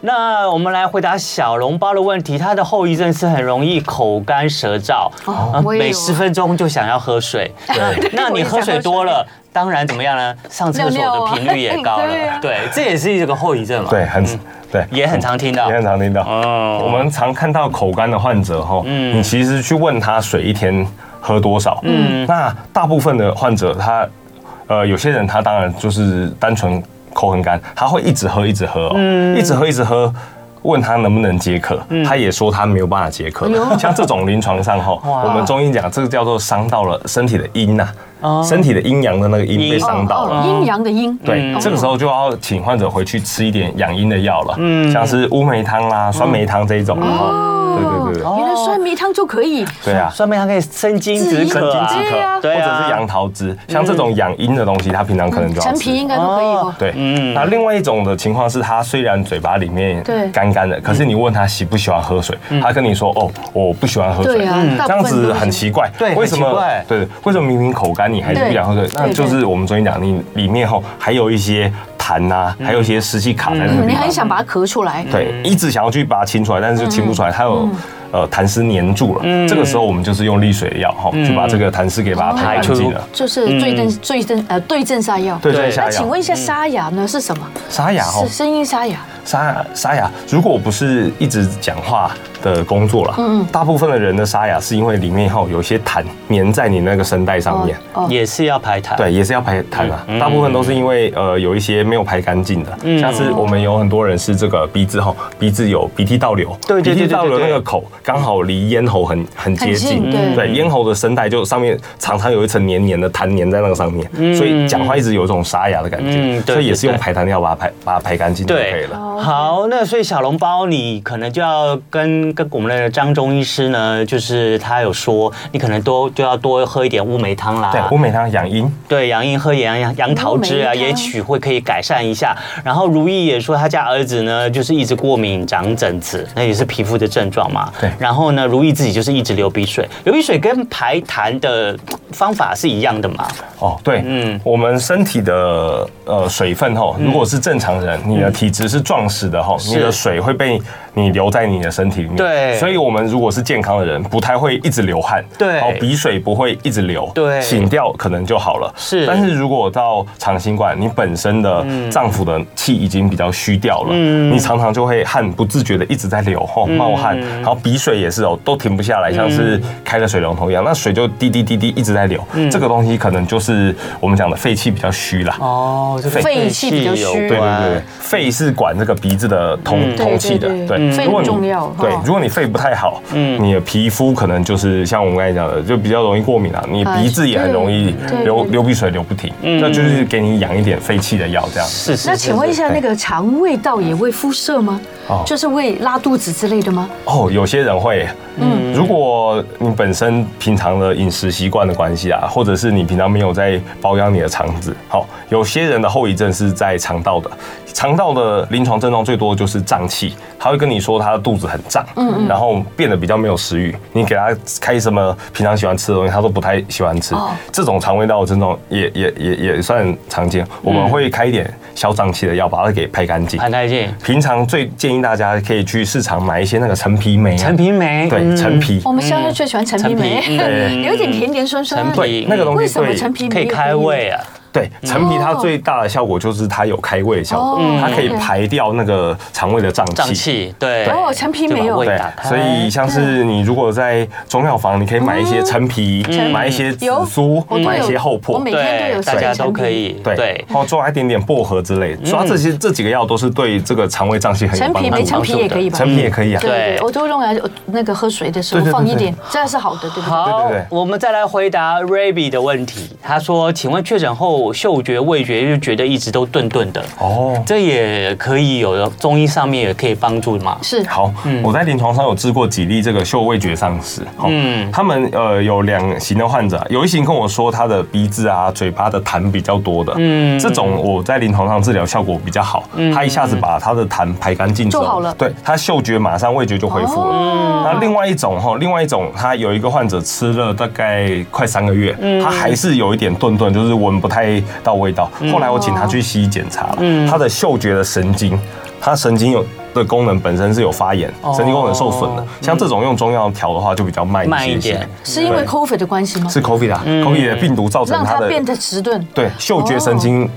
S3: 那我们来回答小笼包的问题，它的后遗症是很容易口干舌燥，
S2: 哦
S3: 呃
S2: 我也有
S3: 每十分钟就想要喝水。
S2: 对
S3: 那你喝水多了，当然怎么样呢？上厕所
S2: 尿尿
S3: 的
S2: 啊
S3: 频率也高
S2: 对啊
S3: 了，对，这也是一个后遗症嘛。
S4: 对，很对，
S3: 也很常听到
S4: 也很常听到。
S3: 哦
S4: 我们常看到口干的患者哈，你其实去问他水一天喝多少，嗯，那大部分的患者他，呃，有些人他当然就是单纯口很干，他会一直喝一直喝哦，一直喝一直喝。问他能不能解渴，他也说他没有办法解渴。像这种临床 上哈，我们中医讲这个叫做伤到了身体的阴呐，身体的阴阳的那个哦阴被
S3: 阴
S4: 伤到了。嗯
S2: 哦，阴阳的阴。哦
S4: 对，
S3: 嗯
S4: 这个时候就要请患者回去吃一点养阴的药了，
S3: 嗯
S4: 像是乌梅汤啦、酸梅汤这一种。哦，对对对对，
S2: 原来酸梅汤就可以。
S4: 对啊。
S3: 酸梅它可以生津
S2: 治
S3: 止
S2: 阴
S3: 渴
S4: 生津
S3: 啊，
S4: 止
S2: 对啊
S4: 渴，
S3: 对
S4: 或者
S3: 啊
S4: 是杨桃汁，像这种养阴的东西，他平常可能就要
S2: 陈皮
S4: 吃。
S2: 应该都可以哦
S3: 哦。
S4: 对，那另外一种的情况是，他虽然嘴巴里面
S2: 对
S4: 干干的，可是你问他喜不喜欢喝水，他跟你说哦，我不喜欢喝水，
S2: 对啊大
S4: 这
S2: 部分
S4: 样
S2: 都
S4: 子
S2: 是
S4: 很奇怪。
S3: 对
S4: 为什
S3: 很奇
S4: 么
S3: 怪？
S4: 对，为什么明明口干你还是不想喝水
S2: 对？
S4: 那就是我们昨天讲，你里面吼还有一些痰呐，还有一些湿气卡在那个
S2: 嗯
S4: 地
S2: 你
S4: 方
S2: 很。想把它咳出来。
S4: 对，一直想要去把它清出来，但是就清不出来，它
S2: 嗯
S4: 有呃痰湿黏住了。这个时候我们就是用利水药哈，去把这个痰湿给把它排干净了。
S2: 就是对症、对症呃对症下药。
S4: 对症下
S2: 那请
S4: 药
S2: 问，一下，沙哑呢是什么？
S4: 沙哑哈
S2: 是，声音沙哑。
S4: 沙哑沙哑，如果不是一直讲话的工作啦，
S2: 嗯
S4: 大部分的人的沙哑是因为里面哈有些痰粘在你那个声带上面。
S2: 哦，
S3: 也是要排痰。
S4: 对，也是要排痰
S3: 嗯
S4: 啊，大部分都是因为呃有一些没有排干净的，像是我们有很多人是这个鼻子吼，鼻子有鼻涕倒流，
S3: 对对对
S4: 鼻涕倒流
S3: 对对
S4: 那
S3: 对
S4: 个口刚好离咽喉很很接近
S2: 很近，对
S4: 对，咽喉的声带就上面常常有一层黏黏的痰粘在那个上面，所以讲话一直有一种沙哑的感觉
S3: 嗯，对
S4: 所以也是用
S3: 对对
S4: 排痰药把它排把它排干净就可以了。
S3: 好，那所以小笼包，你可能就要跟跟我们的张中医师呢，就是他有说，你可能多就要多喝一点乌梅汤啦，
S4: 对，乌梅汤养阴，
S3: 对，杨英喝杨杨杨桃汁啊，
S2: 乌梅汤
S3: 也许会可以改善一下。然后如意也说，她家儿子呢就是一直过敏、长疹子，那也是皮肤的症状嘛。
S4: 对
S3: 然后呢，如意自己就是一直流鼻水，流鼻水跟排痰的方法是一样的嘛？
S4: 哦，对，嗯，我们身体的呃水分吼，
S3: 嗯
S4: 如果是正常人，你的体质是壮实的吼，你的水会被你留在你的身体里面。
S3: 对
S4: 所以我们如果是健康的人，不太会一直流汗，
S3: 对
S4: 哦，鼻水不会一直流，
S3: 对
S4: 醒掉可能就好了。
S3: 是嗯
S4: 但是如果到长新冠，你本身的脏腑的气已经比较虚掉了，你常常就会汗不自觉的一直在流吼，冒
S3: 嗯
S4: 汗，然后鼻水也是哦，都停不下来，像
S2: 嗯
S4: 是开了水龙头一样，那水就滴滴滴滴一直在流。这个东西可能就是我们讲的肺气比较虚啦。
S3: 哦，就
S2: 肺气比较虚
S4: 对对对对，肺是管这个鼻子的通
S2: 对
S4: 通气的
S2: 嗯对，对
S4: 对。
S2: 肺
S4: 如果
S2: 很
S4: 你
S2: 重要
S4: 对
S2: 哈，嗯
S4: 如果你肺不太好，你的皮肤可能就是像我们刚才讲的，就比较容易过敏啊，你
S2: 啊
S4: 鼻子也很容易
S2: 对对
S4: 流
S2: 对嗯
S4: 流鼻水流不停，那就是给你养一点肺气的药这样。
S3: 是是。
S2: 那
S3: 是
S2: 请问一下，
S4: 对
S2: 那个肠胃道也会辐射吗
S4: 哦？
S2: 就是会拉肚子之类的吗？
S4: 哦，有些人会。嗯，如果你本身平常的饮食习惯的关系啊，或者是你平常没有在保养你的肠子，好，有些人的后遗症是在肠道的。肠道的临床症状最多就是胀气，他会跟你说他的肚子很胀，嗯然后变得比较没有食欲。你给他开什么平常喜欢吃的东西，他都不太喜欢吃。这种肠胃道的症状也也也也算常见，我们会开一点消胀气的药，把它给排干净。
S3: 很干净。
S4: 平常最建议大家可以去市场买一些那个陈皮梅啊，
S3: 陈皮梅，
S4: 对
S3: 嗯
S4: 陈皮，
S2: 我们乡下最喜欢陈皮梅
S3: 陈皮，嗯
S2: 有一点甜甜酸酸
S3: 陈
S2: 的。
S3: 皮
S4: 对那个东西
S2: 为什么
S4: 对
S2: 陈皮梅
S3: 可以开胃啊，
S4: 对，陈皮它最大的效果就是它有开胃的效果
S2: 哦，
S4: 它可以
S2: OK
S4: 排掉那个肠胃的胀
S3: 胀
S4: 气。
S3: 气，对。
S2: 哦陈皮梅
S3: 就把
S2: 有
S3: 胃
S4: 对
S3: 打，开
S4: 所以像是你如果在中药房，你可以买一些陈皮，
S3: 嗯
S4: 买一些紫
S2: 有
S4: 苏
S2: 我都，有
S4: 嗯买一些厚
S2: 我
S4: 朴
S2: 每。天都
S3: 对
S2: 有
S3: 大
S2: 吃
S3: 家
S2: 陈
S3: 都可
S2: 皮
S3: 以，
S4: 对，然后抓一点点薄荷之类
S3: 嗯
S4: 的，抓这些这几个药都是对这个肠胃胀气很有
S2: 陈
S4: 帮
S2: 皮梅、
S4: 助
S2: 陈
S4: 的。
S2: 皮也可以吧？
S4: 陈皮也可以啊
S2: 对，对，对
S3: 对
S2: 我都用来那个喝水的时候
S4: 对对对
S2: 放一点，这样是好的，对不对？
S3: 好
S4: 对对对，
S3: 我们再来回答 Raby 的问题。他说：“请问确诊后嗅觉、味觉就觉得一直都顿顿的，
S4: 哦。
S3: 这也可以有中医上面也可以帮助吗
S2: 是
S4: 好，我在临床上有治过几例这个嗅味觉丧失。嗯
S3: 嗯，
S4: 他们呃有两型的患者，有一型跟我说他的鼻子啊、嘴巴的痰比较多的，嗯，这种我在临床上治疗效果比较好，他一下子把他的痰排干净之后，
S2: 做好了哦
S4: 对他嗅觉马上味觉就恢复了。
S3: 哦
S4: 嗯那另外一种哈，另外一种，他有一个患者吃了大概快三个月，
S3: 嗯
S4: 他还是有一点顿顿，就是闻不太到味道。
S3: 嗯
S4: 后来我请他去西医检查了，他的嗅觉的神经，他神经有。的功能本身是有发炎，神经功能受损的
S3: 哦。
S4: 像这种用中药调的话，就比较慢
S3: 慢
S4: 一
S3: 一
S4: 些些
S3: 点。嗯
S2: 是因为
S4: 对
S2: COVID 的关系吗？
S4: 是 COVID 啊，COVID 的病毒造成
S2: 让
S4: 他
S2: 它
S4: 的
S2: 变得迟钝。
S4: 对嗅觉神经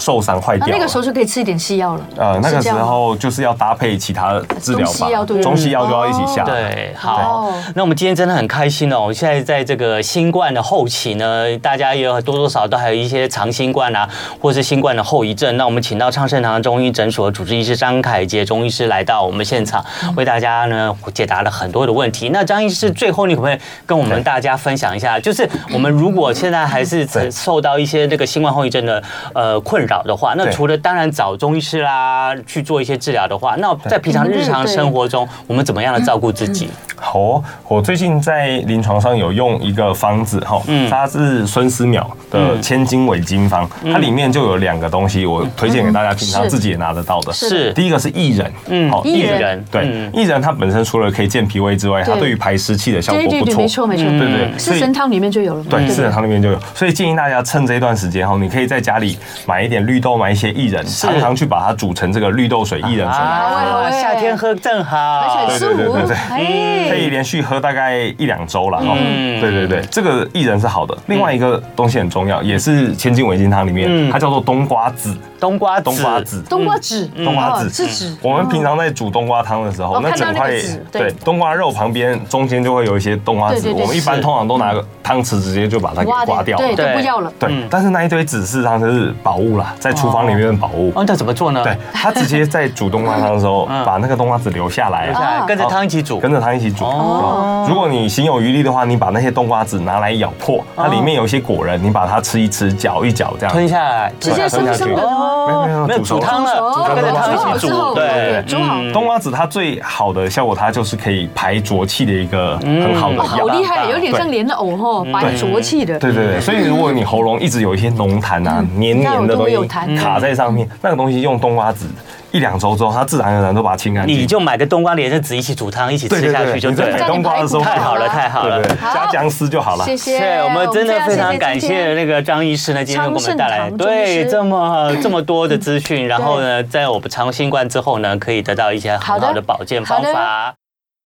S4: 受伤坏
S2: 那
S4: 掉了。
S2: 哦那个时候就可以吃一点西药了。
S4: 呃，那个
S2: 是这
S4: 时
S2: 样吗
S4: 候就是要搭配其他的治疗
S2: 中西药
S4: 法，
S2: 对不对
S4: 中西药就要一起下。
S3: 对，好
S2: 哦，
S3: 那我们今天真的很开心哦。现在在这个新冠的后期呢，大家也有多多少少都还有一些长新冠啊，或是新冠的后遗症。那我们请到昌盛堂中医诊所主治医师张凯杰中医师来到我们现场，为大家呢解答了很多的问题。那张医师最后你可不可以跟我们大家分享一下，就是我们如果现在还是承受到一些那个新冠后遗症的呃困扰的话，那
S4: 对
S3: 除了当然找中医师啦去做一些治疗的话，那在平常日常
S2: 嗯对对嗯
S3: 生活。活中，我们怎么样的照顾自己？
S4: 好哦，我最近在临床上有用一个方子哈，
S2: 嗯
S4: 它是孙思邈的《千金尾金方》，它里面就有两个东西，我推荐给大家，平
S2: 嗯
S4: 常
S2: 是
S4: 自己也拿得到的。
S2: 是
S3: 是
S4: 第一个是薏仁，嗯好，
S2: 薏仁
S4: 对
S3: 嗯，
S4: 薏仁它本身除了可以健脾胃之外，它
S2: 对
S4: 对于排湿气的效果
S2: 对对
S4: 不
S2: 对，
S4: 错
S2: 没。错没错，
S4: 对对所
S2: 四
S4: 以
S2: 神嗯汤里面就有了嘛。
S4: 对，
S2: 不
S4: 四神汤里面就有，所以建议大家趁这一段时间哈，你可以在家里买一点绿豆，买一些薏仁，常常去把它煮成这个绿豆水、薏仁水，
S3: 啊
S2: 好欸
S3: 夏天喝正好
S2: 而且。四
S4: 啊对
S2: 五
S4: 对对对可以
S2: 哎，
S4: 连续喝大概一两周了哈。
S3: 嗯
S4: 对对对，这个薏仁是好的。另外一个东西很重要，也是《千金维金汤》里面，
S3: 嗯
S4: 它叫做冬瓜子。
S3: 冬瓜
S4: 冬瓜子，
S2: 冬瓜籽，
S4: 嗯冬瓜
S2: 哦
S4: 子
S2: 是
S4: 嗯
S2: 籽。
S4: 我们平常在煮冬瓜汤的时
S2: 哦
S4: 候，
S2: 看到
S4: 整
S2: 那个
S4: 块
S2: 籽对
S4: 对冬瓜肉旁边中间就会有一些冬瓜
S2: 对
S4: 籽，
S2: 对对
S4: 我们一般
S3: 是
S4: 通常都拿个汤匙直接就把它给
S2: 挖
S4: 刮
S2: 的
S4: 掉了。
S2: 对，嗯
S3: 对
S2: 都不要了。
S4: 对，但是那一堆籽事实上就是宝物啦，在厨房里面的宝物。
S3: 哦，那怎么做呢？
S4: 对，他直接在煮冬瓜汤的时候，
S3: 嗯
S4: 把那个冬瓜籽留下来
S3: 留下，来
S2: 啊
S3: 跟着汤一起煮。
S4: 跟着它一起煮。
S3: 哦
S4: 如果你行有余力的话，你把那些冬瓜籽拿来咬破，它里面有一些果仁，你把它吃一吃，嚼一嚼，这样。
S3: 吞下来，
S2: 直接生生的
S4: 没有
S3: 哦，
S4: 没
S3: 没
S4: 有
S3: 有
S4: 煮
S3: 煮汤
S2: 熟哦
S3: 了，跟着汤一起
S2: 煮好
S3: 煮。
S2: 之后对煮好
S3: 嗯
S4: 冬瓜籽它最好的效果，它就是可以排浊气的一个很好的
S2: 哦，
S4: 药。
S2: 好厉害，
S3: 对
S2: 有点像莲藕吼，白浊气的。
S4: 嗯对对对，所以如果你喉咙一直有一些浓痰啊、黏黏的东
S2: 那我都有
S4: 西
S2: 痰
S4: 卡在上面，那个东西用冬瓜籽一两周之后，它自然而然都把它清干净。
S3: 你就买个冬瓜连着籽一起煮汤，一起吃下去就
S4: 你
S2: 对
S3: 对
S4: 在买
S2: 对
S3: 了。
S4: 冬瓜的时候，
S3: 太好了，太好
S4: 对
S3: 了
S4: 对。对，
S2: 好
S4: 加姜丝就好了。
S2: 谢谢，
S3: 是我们真的非常感
S2: 我们
S3: 谢
S2: 非常谢
S3: 那个张医师呢，今天给我们带来
S2: 昌盛堂中医师嗯
S3: 对这么这么多的资讯，然后呢，在我们长新冠之后呢，可以得到一些很
S2: 好的
S3: 好的保健方
S2: 好的
S3: 法。